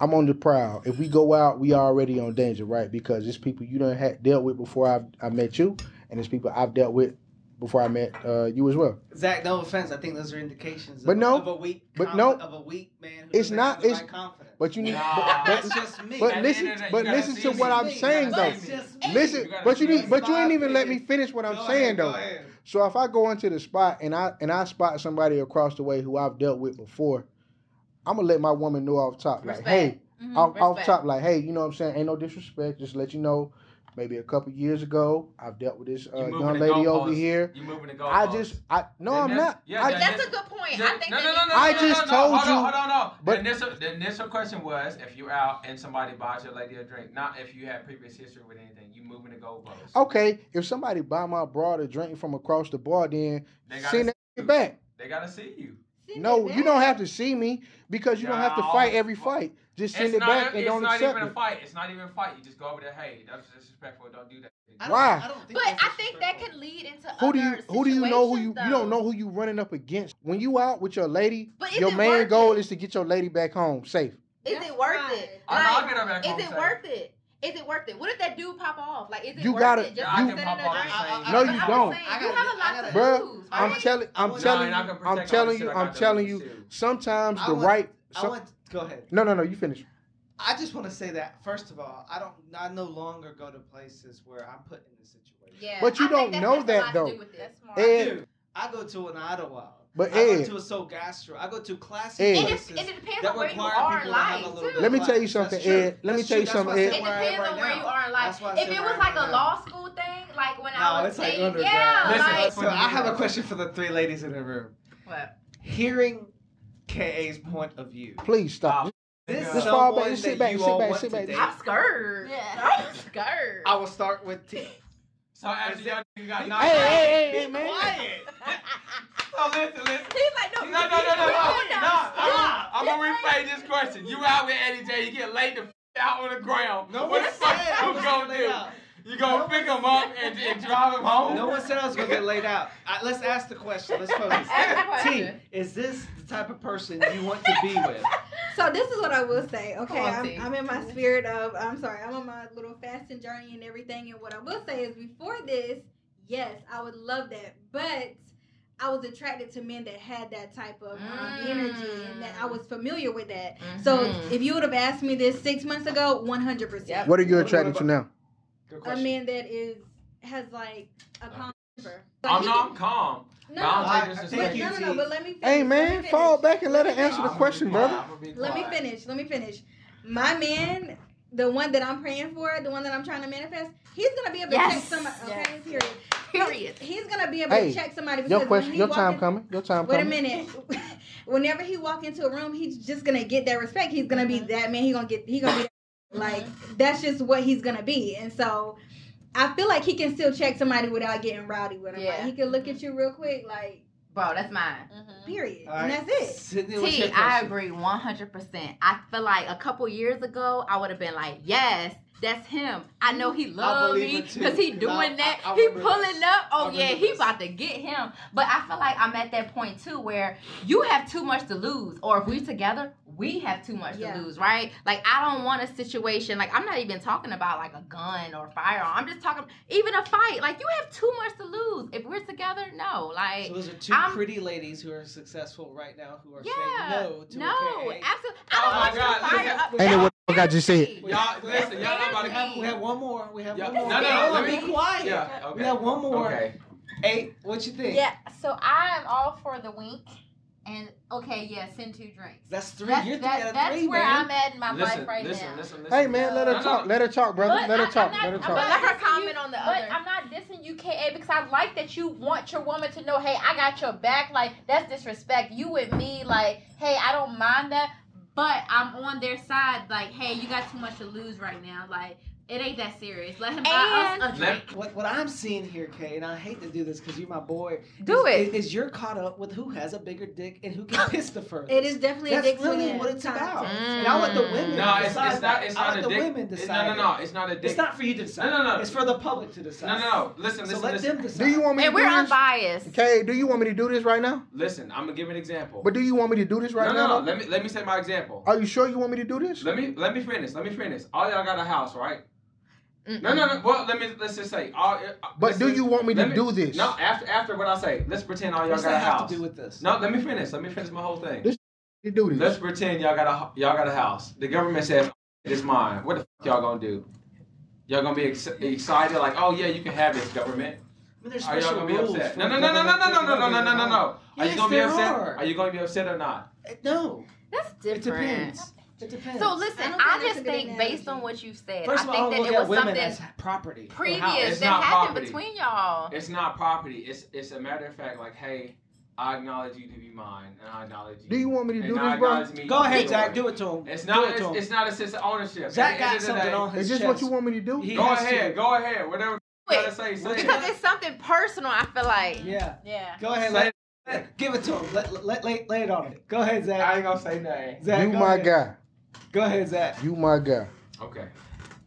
Speaker 5: I'm on the prowl. If we go out, we already on danger, right? Because it's people you done had dealt with before I I met you, and it's people I've dealt with before I met uh, you as well.
Speaker 4: Zach, no offense. I think those are indications of,
Speaker 5: But no.
Speaker 4: of a weak
Speaker 5: But
Speaker 4: conf-
Speaker 5: no.
Speaker 4: of a weak man who
Speaker 5: It's
Speaker 4: doesn't
Speaker 5: not-
Speaker 4: have the
Speaker 5: it's-
Speaker 4: right confidence.
Speaker 5: But you need,
Speaker 2: Nah.
Speaker 5: but,
Speaker 4: that's
Speaker 5: but,
Speaker 4: just me.
Speaker 5: but
Speaker 2: At the
Speaker 5: listen-
Speaker 2: end of the day,
Speaker 5: but
Speaker 2: you gotta
Speaker 5: listen
Speaker 2: see
Speaker 5: to
Speaker 2: me.
Speaker 5: what I'm
Speaker 2: You gotta
Speaker 5: saying,
Speaker 2: see
Speaker 7: though.
Speaker 2: me.
Speaker 5: listen.
Speaker 2: You gotta
Speaker 5: But you
Speaker 2: see
Speaker 5: need,
Speaker 2: me.
Speaker 5: but you ain't even let me finish what I'm
Speaker 4: Go
Speaker 5: saying
Speaker 4: ahead, go
Speaker 5: though.
Speaker 4: ahead.
Speaker 5: So if I go into the spot and I and I spot somebody across the way who I've dealt with before, I'm gonna let my woman know off top, like,
Speaker 7: Respect.
Speaker 5: hey,
Speaker 7: Mm-hmm,
Speaker 6: Mhm.
Speaker 5: off, off
Speaker 7: Respect.
Speaker 5: top, like, hey, you know what I'm saying? Ain't no disrespect. Just let you know, maybe a couple years ago. I've dealt with this uh,
Speaker 2: moving
Speaker 5: young
Speaker 2: the
Speaker 5: lady over
Speaker 2: goalposts.
Speaker 5: here.
Speaker 2: You moving the goalposts?
Speaker 5: I just, I no,
Speaker 2: Then
Speaker 5: I'm
Speaker 2: that's-
Speaker 5: not.
Speaker 2: yeah,
Speaker 5: I-
Speaker 2: then
Speaker 7: That's a good point. I think
Speaker 2: no,
Speaker 7: that
Speaker 2: no, no,
Speaker 7: you-
Speaker 2: no,
Speaker 5: I
Speaker 2: no,
Speaker 5: just
Speaker 2: no, no,
Speaker 5: told
Speaker 2: hold
Speaker 5: you-
Speaker 2: On, hold on, no.
Speaker 5: but-
Speaker 2: the, initial, the initial question was if you're out and somebody buys your lady a drink, not if you had previous history with anything. You moving the goalposts.
Speaker 5: okay, if somebody buy my broad a drink from across the bar, then
Speaker 2: They gotta
Speaker 5: send that
Speaker 2: see you.
Speaker 5: shit back.
Speaker 2: They gotta see you.
Speaker 6: Send
Speaker 5: No,
Speaker 6: it
Speaker 5: you
Speaker 6: back.
Speaker 5: don't have to see me because you don't have to
Speaker 2: No.
Speaker 5: fight every fight. Just send
Speaker 2: it's
Speaker 5: it
Speaker 2: not, e,
Speaker 5: back and
Speaker 2: it's
Speaker 5: don't
Speaker 2: not
Speaker 5: accept
Speaker 2: even a
Speaker 5: it.
Speaker 2: fight. It's not even a fight. You just go over there. Hey, that's disrespectful. Don't do that.
Speaker 5: don't- Why?
Speaker 8: I don't think
Speaker 7: But
Speaker 8: that's
Speaker 7: I think that
Speaker 8: disrespectful.
Speaker 7: can lead into
Speaker 5: Who do you
Speaker 7: other
Speaker 5: who do you know who you
Speaker 7: situations,
Speaker 5: you
Speaker 7: though.
Speaker 5: don't know who you running up against when you out with your lady?
Speaker 7: But is
Speaker 5: Your
Speaker 7: it
Speaker 5: main
Speaker 7: worth
Speaker 5: goal
Speaker 7: it?
Speaker 5: is to get your lady back home safe.
Speaker 7: Is
Speaker 6: That's
Speaker 7: it worth
Speaker 6: right.
Speaker 7: it?
Speaker 2: I know, I'll get her back
Speaker 7: Like,
Speaker 2: home
Speaker 7: is it
Speaker 2: safe.
Speaker 7: worth it? Is it worth it? What if that dude pop off? Like, is it
Speaker 5: You
Speaker 7: worth
Speaker 5: gotta-
Speaker 7: it?
Speaker 2: Yeah,
Speaker 7: Just
Speaker 2: I
Speaker 7: to
Speaker 2: can
Speaker 7: sit in
Speaker 2: pop
Speaker 7: a
Speaker 2: off
Speaker 7: drink?
Speaker 2: the same.
Speaker 8: I- I-
Speaker 5: No,
Speaker 8: I-
Speaker 5: you
Speaker 7: But
Speaker 8: I-
Speaker 7: I'm
Speaker 5: don't.
Speaker 7: saying,
Speaker 8: I
Speaker 7: you
Speaker 8: gotta-
Speaker 7: have a lot
Speaker 8: I
Speaker 7: to
Speaker 8: gotta-
Speaker 5: Bruh,
Speaker 7: lose.
Speaker 8: I
Speaker 5: I'm
Speaker 8: mean-
Speaker 5: telling I'm
Speaker 8: Nah,
Speaker 5: telling
Speaker 2: and I can
Speaker 5: you I'm
Speaker 2: protect
Speaker 5: telling
Speaker 2: all the
Speaker 5: you
Speaker 2: shit I
Speaker 5: I'm
Speaker 2: got
Speaker 5: telling
Speaker 2: done
Speaker 5: you
Speaker 2: too.
Speaker 5: sometimes
Speaker 4: I
Speaker 5: the
Speaker 4: want-
Speaker 5: right
Speaker 4: I
Speaker 5: some-
Speaker 4: want go ahead.
Speaker 5: No, no, no, you finish.
Speaker 4: I just want to say that first of all, I don't. I no longer go to places where I'm put in this situation.
Speaker 7: Yeah.
Speaker 5: But you
Speaker 7: I think
Speaker 5: don't
Speaker 7: that
Speaker 5: know
Speaker 7: has a
Speaker 5: that,
Speaker 7: lot to
Speaker 5: though.
Speaker 7: do with it.
Speaker 3: That's smart.
Speaker 5: Ed,
Speaker 4: I do. I go to an Ottawa.
Speaker 5: But
Speaker 4: I
Speaker 5: Ed-
Speaker 4: go to a Soul Gastro. I go to classic
Speaker 5: Ed-
Speaker 7: And,
Speaker 4: places.
Speaker 7: it, and it depends
Speaker 4: that
Speaker 7: on where you
Speaker 4: require
Speaker 7: are in
Speaker 4: people to have
Speaker 7: life,
Speaker 4: a little
Speaker 7: too.
Speaker 4: bit
Speaker 5: Let me
Speaker 4: of
Speaker 5: tell you
Speaker 4: class.
Speaker 5: something,
Speaker 4: That's true.
Speaker 5: Ed. Let me
Speaker 4: That's
Speaker 5: tell you
Speaker 4: true. That's
Speaker 5: something,
Speaker 4: why I
Speaker 5: Ed.
Speaker 4: said
Speaker 7: It
Speaker 4: where I am
Speaker 7: depends
Speaker 4: right
Speaker 7: on where
Speaker 4: now.
Speaker 7: you are in life.
Speaker 4: That's why I
Speaker 7: If
Speaker 4: said
Speaker 7: it
Speaker 4: where
Speaker 7: was
Speaker 4: I
Speaker 7: like
Speaker 4: am
Speaker 7: a
Speaker 4: right
Speaker 7: law
Speaker 4: now.
Speaker 7: school thing, like when I
Speaker 4: No,
Speaker 7: was
Speaker 4: it's like
Speaker 7: 18,
Speaker 4: undergrad.
Speaker 7: yeah,
Speaker 2: Listen,
Speaker 7: like
Speaker 4: so I have a question for the three ladies in the room.
Speaker 7: What?
Speaker 4: Hearing KA's point of view.
Speaker 5: Please stop.
Speaker 2: Stop.
Speaker 4: This
Speaker 2: Just
Speaker 4: is
Speaker 5: fall back
Speaker 4: someone
Speaker 5: and sit
Speaker 4: that
Speaker 5: back,
Speaker 4: you
Speaker 5: sit
Speaker 4: all
Speaker 5: back,
Speaker 4: want
Speaker 5: sit
Speaker 4: to
Speaker 5: back.
Speaker 4: date.
Speaker 7: I'm scared.
Speaker 6: Yeah.
Speaker 7: I'm scared.
Speaker 4: I will start with T.
Speaker 2: So after
Speaker 4: Is
Speaker 2: y'all, you got knocked
Speaker 5: Hey,
Speaker 2: out.
Speaker 5: hey, hey, hey, man.
Speaker 4: Quiet.
Speaker 2: So listen, listen.
Speaker 7: He's like, no,
Speaker 2: No, no, no, no, no. no
Speaker 4: Stop.
Speaker 2: I'm gonna rephrase this question. You out with Eddie J, you get laid the f- out on the ground.
Speaker 4: No
Speaker 2: what
Speaker 4: one
Speaker 2: the
Speaker 4: said
Speaker 2: fuck
Speaker 4: I
Speaker 2: you
Speaker 4: was
Speaker 2: gonna
Speaker 4: laid
Speaker 2: do?
Speaker 4: out.
Speaker 2: You gonna
Speaker 4: No
Speaker 2: pick
Speaker 4: one
Speaker 2: him up and, and drive him
Speaker 7: Oh.
Speaker 2: home?
Speaker 4: No one said I was going to get laid out. I, let's ask the question. Let's pose
Speaker 7: Ask the
Speaker 4: this.
Speaker 7: question.
Speaker 4: T, is this the type of person you want to be with?
Speaker 6: So this is what I will say. Okay,
Speaker 7: Come on,
Speaker 6: I'm,
Speaker 7: T.
Speaker 6: I'm in my spirit of I'm sorry, I'm on my little fasting journey and everything. And what I will say is before this, yes, I would love that, but I was attracted to men that had that type of um,
Speaker 7: Mm.
Speaker 6: energy and that I was familiar with that.
Speaker 7: Mhm.
Speaker 4: Mm-hmm.
Speaker 6: So if you would have asked me this six months ago, 100. percent
Speaker 5: What are you attracted to now?
Speaker 4: Good
Speaker 6: A
Speaker 4: question.
Speaker 6: man that is has like a pound. Like
Speaker 2: I'm
Speaker 6: he
Speaker 2: not
Speaker 6: can-
Speaker 2: I'm calm. but
Speaker 6: No,
Speaker 2: I
Speaker 6: no,
Speaker 2: don't take this
Speaker 4: I-
Speaker 6: but
Speaker 4: thank
Speaker 2: as
Speaker 4: you.
Speaker 6: no, no, no,
Speaker 4: T.
Speaker 6: but let me finish.
Speaker 5: Hey
Speaker 6: let me
Speaker 5: man,
Speaker 6: finish.
Speaker 5: fall back and let her
Speaker 2: Nah,
Speaker 5: answer the
Speaker 2: I'm gonna be
Speaker 5: question,
Speaker 2: quiet.
Speaker 5: brother.
Speaker 2: I'm gonna be
Speaker 6: Let me
Speaker 2: quiet.
Speaker 6: finish. Let me finish. My man, the one that I'm praying for, the one that I'm trying to manifest, he's gonna be able to
Speaker 7: Yes.
Speaker 6: check somebody. Okay,
Speaker 7: Yes.
Speaker 6: period.
Speaker 7: Period.
Speaker 6: He's gonna be able
Speaker 5: Hey,
Speaker 6: to check somebody because
Speaker 5: Your question,
Speaker 6: when he
Speaker 5: your
Speaker 6: walk
Speaker 5: time
Speaker 6: in-
Speaker 5: coming. Your time
Speaker 6: Wait a
Speaker 5: coming.
Speaker 6: minute. Whenever he walk into a room, he's just gonna get that respect. He's gonna be that man. He gonna get. He gonna be that- like that's just what he's gonna be. And so, I feel like he can still check somebody without getting rowdy with him. Like,
Speaker 7: Yeah.
Speaker 6: he can look at you real quick, like
Speaker 7: Bro, that's mine.
Speaker 6: period,
Speaker 4: All right.
Speaker 6: and that's it.
Speaker 4: Sydney, what's
Speaker 7: T,
Speaker 4: your
Speaker 7: I
Speaker 4: question?
Speaker 7: agree 100%. I feel like a couple years ago, I would have been like, yes, that's him. I know he loves
Speaker 4: believe
Speaker 7: me
Speaker 4: it too.
Speaker 7: because he
Speaker 4: No,
Speaker 7: doing that.
Speaker 4: I- I
Speaker 7: he
Speaker 4: remember
Speaker 7: pulling
Speaker 4: this.
Speaker 7: up.
Speaker 4: I
Speaker 7: Oh, yeah,
Speaker 4: remember
Speaker 7: he
Speaker 4: this.
Speaker 7: about to get him. But I feel like I'm at that point too where you have too much to lose. Or if we together, we have too much
Speaker 6: Yeah.
Speaker 7: to lose, right? Like, I don't want a situation. Like, I'm not even talking about like a gun or firearm. I'm just talking, even a fight. Like, you have too much to lose. If we're together, no. Like,
Speaker 4: So those are 2
Speaker 7: I'm-
Speaker 4: pretty ladies who are successful right now who are
Speaker 7: yeah.
Speaker 4: saying no to
Speaker 7: no,
Speaker 4: a KA.
Speaker 7: absolutely.
Speaker 2: Oh my
Speaker 7: I
Speaker 2: God,
Speaker 7: don't want you to
Speaker 2: listen.
Speaker 7: fire up.
Speaker 5: Ain't it what the fuck I just said?
Speaker 2: Y'all, listen, y'all
Speaker 7: That's
Speaker 2: about to
Speaker 4: we, have,
Speaker 7: nasty.
Speaker 4: we have one more. We have
Speaker 2: Yeah,
Speaker 4: one more.
Speaker 2: no, no,
Speaker 4: Hold on,
Speaker 2: let me-
Speaker 4: be quiet.
Speaker 2: Yeah,
Speaker 4: We
Speaker 2: okay.
Speaker 4: have one more.
Speaker 2: Okay.
Speaker 4: Eight. What you think?
Speaker 7: Yeah, so I am all for the wink. And okay, yeah, send two drinks.
Speaker 4: That's three.
Speaker 7: That's,
Speaker 4: You're three
Speaker 7: that-
Speaker 4: out of
Speaker 7: that's
Speaker 4: three,
Speaker 7: where
Speaker 4: man.
Speaker 7: I'm at in my
Speaker 2: Listen,
Speaker 7: life right
Speaker 2: listen,
Speaker 7: now.
Speaker 2: listen, listen.
Speaker 5: Hey man, let her
Speaker 2: No, no,
Speaker 5: talk. Let her talk, brother.
Speaker 3: But
Speaker 5: let her
Speaker 3: I- I'm
Speaker 5: talk.
Speaker 3: not-
Speaker 5: let her
Speaker 3: I'm
Speaker 5: talk.
Speaker 7: But
Speaker 3: not
Speaker 7: let her
Speaker 3: dissing you,
Speaker 7: comment on the
Speaker 3: But
Speaker 7: other.
Speaker 3: I'm not dissing you, KA, because I like that you want your woman to know, hey, I got your back. Like, that's disrespect. You with me, like, hey, I don't mind that.
Speaker 7: But I'm on their side, like, hey, you got too much to lose right now. Like, it ain't that serious. Let him buy us a
Speaker 2: And-
Speaker 7: drink.
Speaker 4: What, what I'm seeing here, Kay, and I hate to do this because you're my boy.
Speaker 7: Do
Speaker 4: is,
Speaker 7: it.
Speaker 4: Is you're caught up with who has a bigger dick and who can piss the furthest.
Speaker 6: It is definitely
Speaker 4: That's
Speaker 6: a dick
Speaker 4: really
Speaker 6: swing.
Speaker 4: what it's about.
Speaker 6: Contest.
Speaker 4: And I want the women.
Speaker 2: No,
Speaker 4: to
Speaker 2: it's,
Speaker 4: decide
Speaker 2: it's
Speaker 4: that.
Speaker 2: not. It's
Speaker 4: I
Speaker 2: not
Speaker 4: want
Speaker 2: a
Speaker 4: the
Speaker 2: dick.
Speaker 4: women
Speaker 2: It's-
Speaker 4: decide.
Speaker 2: No, no, no. It's not a dick.
Speaker 4: It's not for you to decide.
Speaker 2: No, no, no.
Speaker 4: It's for the public to decide.
Speaker 2: No, no, no. Listen,
Speaker 4: So
Speaker 2: listen,
Speaker 4: let
Speaker 2: listen.
Speaker 4: them decide.
Speaker 5: Do you want me to
Speaker 7: And
Speaker 5: do
Speaker 7: we're
Speaker 5: this?
Speaker 7: unbiased.
Speaker 5: Okay, do you want me to do this right now?
Speaker 2: Listen, I'm gonna give an example.
Speaker 5: But do you want me to do this right
Speaker 2: no,
Speaker 5: now?
Speaker 2: no, no.
Speaker 5: though?
Speaker 2: Let me let me say my example.
Speaker 5: Are you sure you want me to do this?
Speaker 2: Let me let me finish. Let me finish. All y'all got a house, right? No, no, no. Well, let me let's just say. All, uh,
Speaker 5: But do
Speaker 2: listen,
Speaker 5: you want me to
Speaker 2: let
Speaker 5: do this?
Speaker 2: No, after after what I say, let's pretend all y'all
Speaker 4: What's
Speaker 2: got a
Speaker 4: that have
Speaker 2: house.
Speaker 4: to do with this?
Speaker 2: No, let me finish. Let me finish my whole thing.
Speaker 5: This- You do this.
Speaker 2: Let's pretend y'all got a ho- y'all got a house. The government says it is mine. What the fuck y'all gonna do? Y'all gonna be ex- excited like, oh yeah, you can have this government.
Speaker 4: I mean, there's
Speaker 2: Are y'all
Speaker 4: special
Speaker 2: gonna be
Speaker 4: rules
Speaker 2: upset?
Speaker 4: for
Speaker 2: No, no, no, no, no, no, no, no, no, no, no, no, no. Are
Speaker 4: Yes,
Speaker 2: you gonna be
Speaker 4: there
Speaker 2: upset?
Speaker 4: are.
Speaker 2: you gonna be upset or not?
Speaker 4: government. No.
Speaker 7: That's
Speaker 4: It
Speaker 7: different.
Speaker 4: depends. It depends.
Speaker 7: So listen,
Speaker 6: don't think
Speaker 7: I
Speaker 6: that's a
Speaker 7: just
Speaker 6: good
Speaker 7: think based
Speaker 6: analogy.
Speaker 7: on what you've said,
Speaker 4: First
Speaker 7: I
Speaker 4: of
Speaker 7: think
Speaker 4: all, I
Speaker 7: that
Speaker 4: look
Speaker 7: it
Speaker 4: at
Speaker 7: was
Speaker 4: women
Speaker 7: something
Speaker 4: as property. or how-
Speaker 7: previous
Speaker 2: It's
Speaker 7: that
Speaker 2: not
Speaker 7: happened
Speaker 2: property.
Speaker 7: between y'all.
Speaker 2: It's not property. It's it's a matter of fact. Like, hey, I acknowledge you to be mine, and I acknowledge you.
Speaker 5: Do you want me to
Speaker 2: and
Speaker 5: do
Speaker 2: I
Speaker 5: this, bro?
Speaker 2: acknowledge me
Speaker 4: Go
Speaker 2: to
Speaker 4: ahead,
Speaker 2: be
Speaker 4: Zach.
Speaker 2: yours.
Speaker 4: Do it to him.
Speaker 2: It's
Speaker 4: do it
Speaker 2: not.
Speaker 4: to
Speaker 2: It's,
Speaker 4: him.
Speaker 2: it's not a sense of ownership. At
Speaker 4: Zach
Speaker 2: the end
Speaker 4: got
Speaker 2: of the
Speaker 4: something
Speaker 2: day,
Speaker 4: on his
Speaker 5: Is this
Speaker 4: chest.
Speaker 5: what you want me to do?
Speaker 4: He
Speaker 2: Go
Speaker 4: has to.
Speaker 2: ahead. Go ahead. Whatever you gotta say, say it.
Speaker 7: Because it's something personal, I feel like.
Speaker 4: Yeah.
Speaker 3: Yeah.
Speaker 4: Go ahead.
Speaker 2: Say-
Speaker 4: Let, let- give it to him. Let, let, let- lay it on it. Go ahead,
Speaker 2: I
Speaker 4: Zach.
Speaker 2: ain't gonna say nothing.
Speaker 4: Zach
Speaker 5: you
Speaker 4: go
Speaker 5: my
Speaker 4: ahead.
Speaker 5: guy.
Speaker 4: Go ahead, Zach.
Speaker 5: You my guy.
Speaker 2: Okay.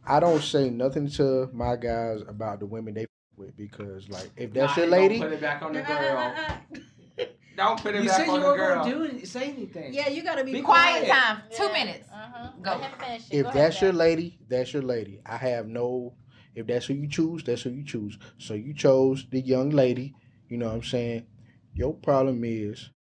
Speaker 5: I don't say nothing to my guys about the women they f- with because, like, if that's
Speaker 2: Nah,
Speaker 5: your
Speaker 2: don't
Speaker 5: lady,
Speaker 2: Put it back on the
Speaker 6: Uh, uh,
Speaker 2: girl.
Speaker 6: uh, uh.
Speaker 2: Don't put it
Speaker 4: You
Speaker 2: back
Speaker 4: said you
Speaker 2: on
Speaker 4: weren't
Speaker 2: the girl.
Speaker 4: gonna do it. Say anything.
Speaker 6: Yeah, you gotta be,
Speaker 4: Be
Speaker 7: Quiet
Speaker 4: quiet.
Speaker 7: time. Two minutes.
Speaker 3: Uh-huh.
Speaker 7: Go.
Speaker 3: Let him finish it.
Speaker 5: if
Speaker 3: Go ahead,
Speaker 5: that's your
Speaker 3: Zach.
Speaker 5: lady, that's your lady. I have no. If that's who you choose, that's who you choose. So you chose the young lady. You know what I'm saying? Your problem is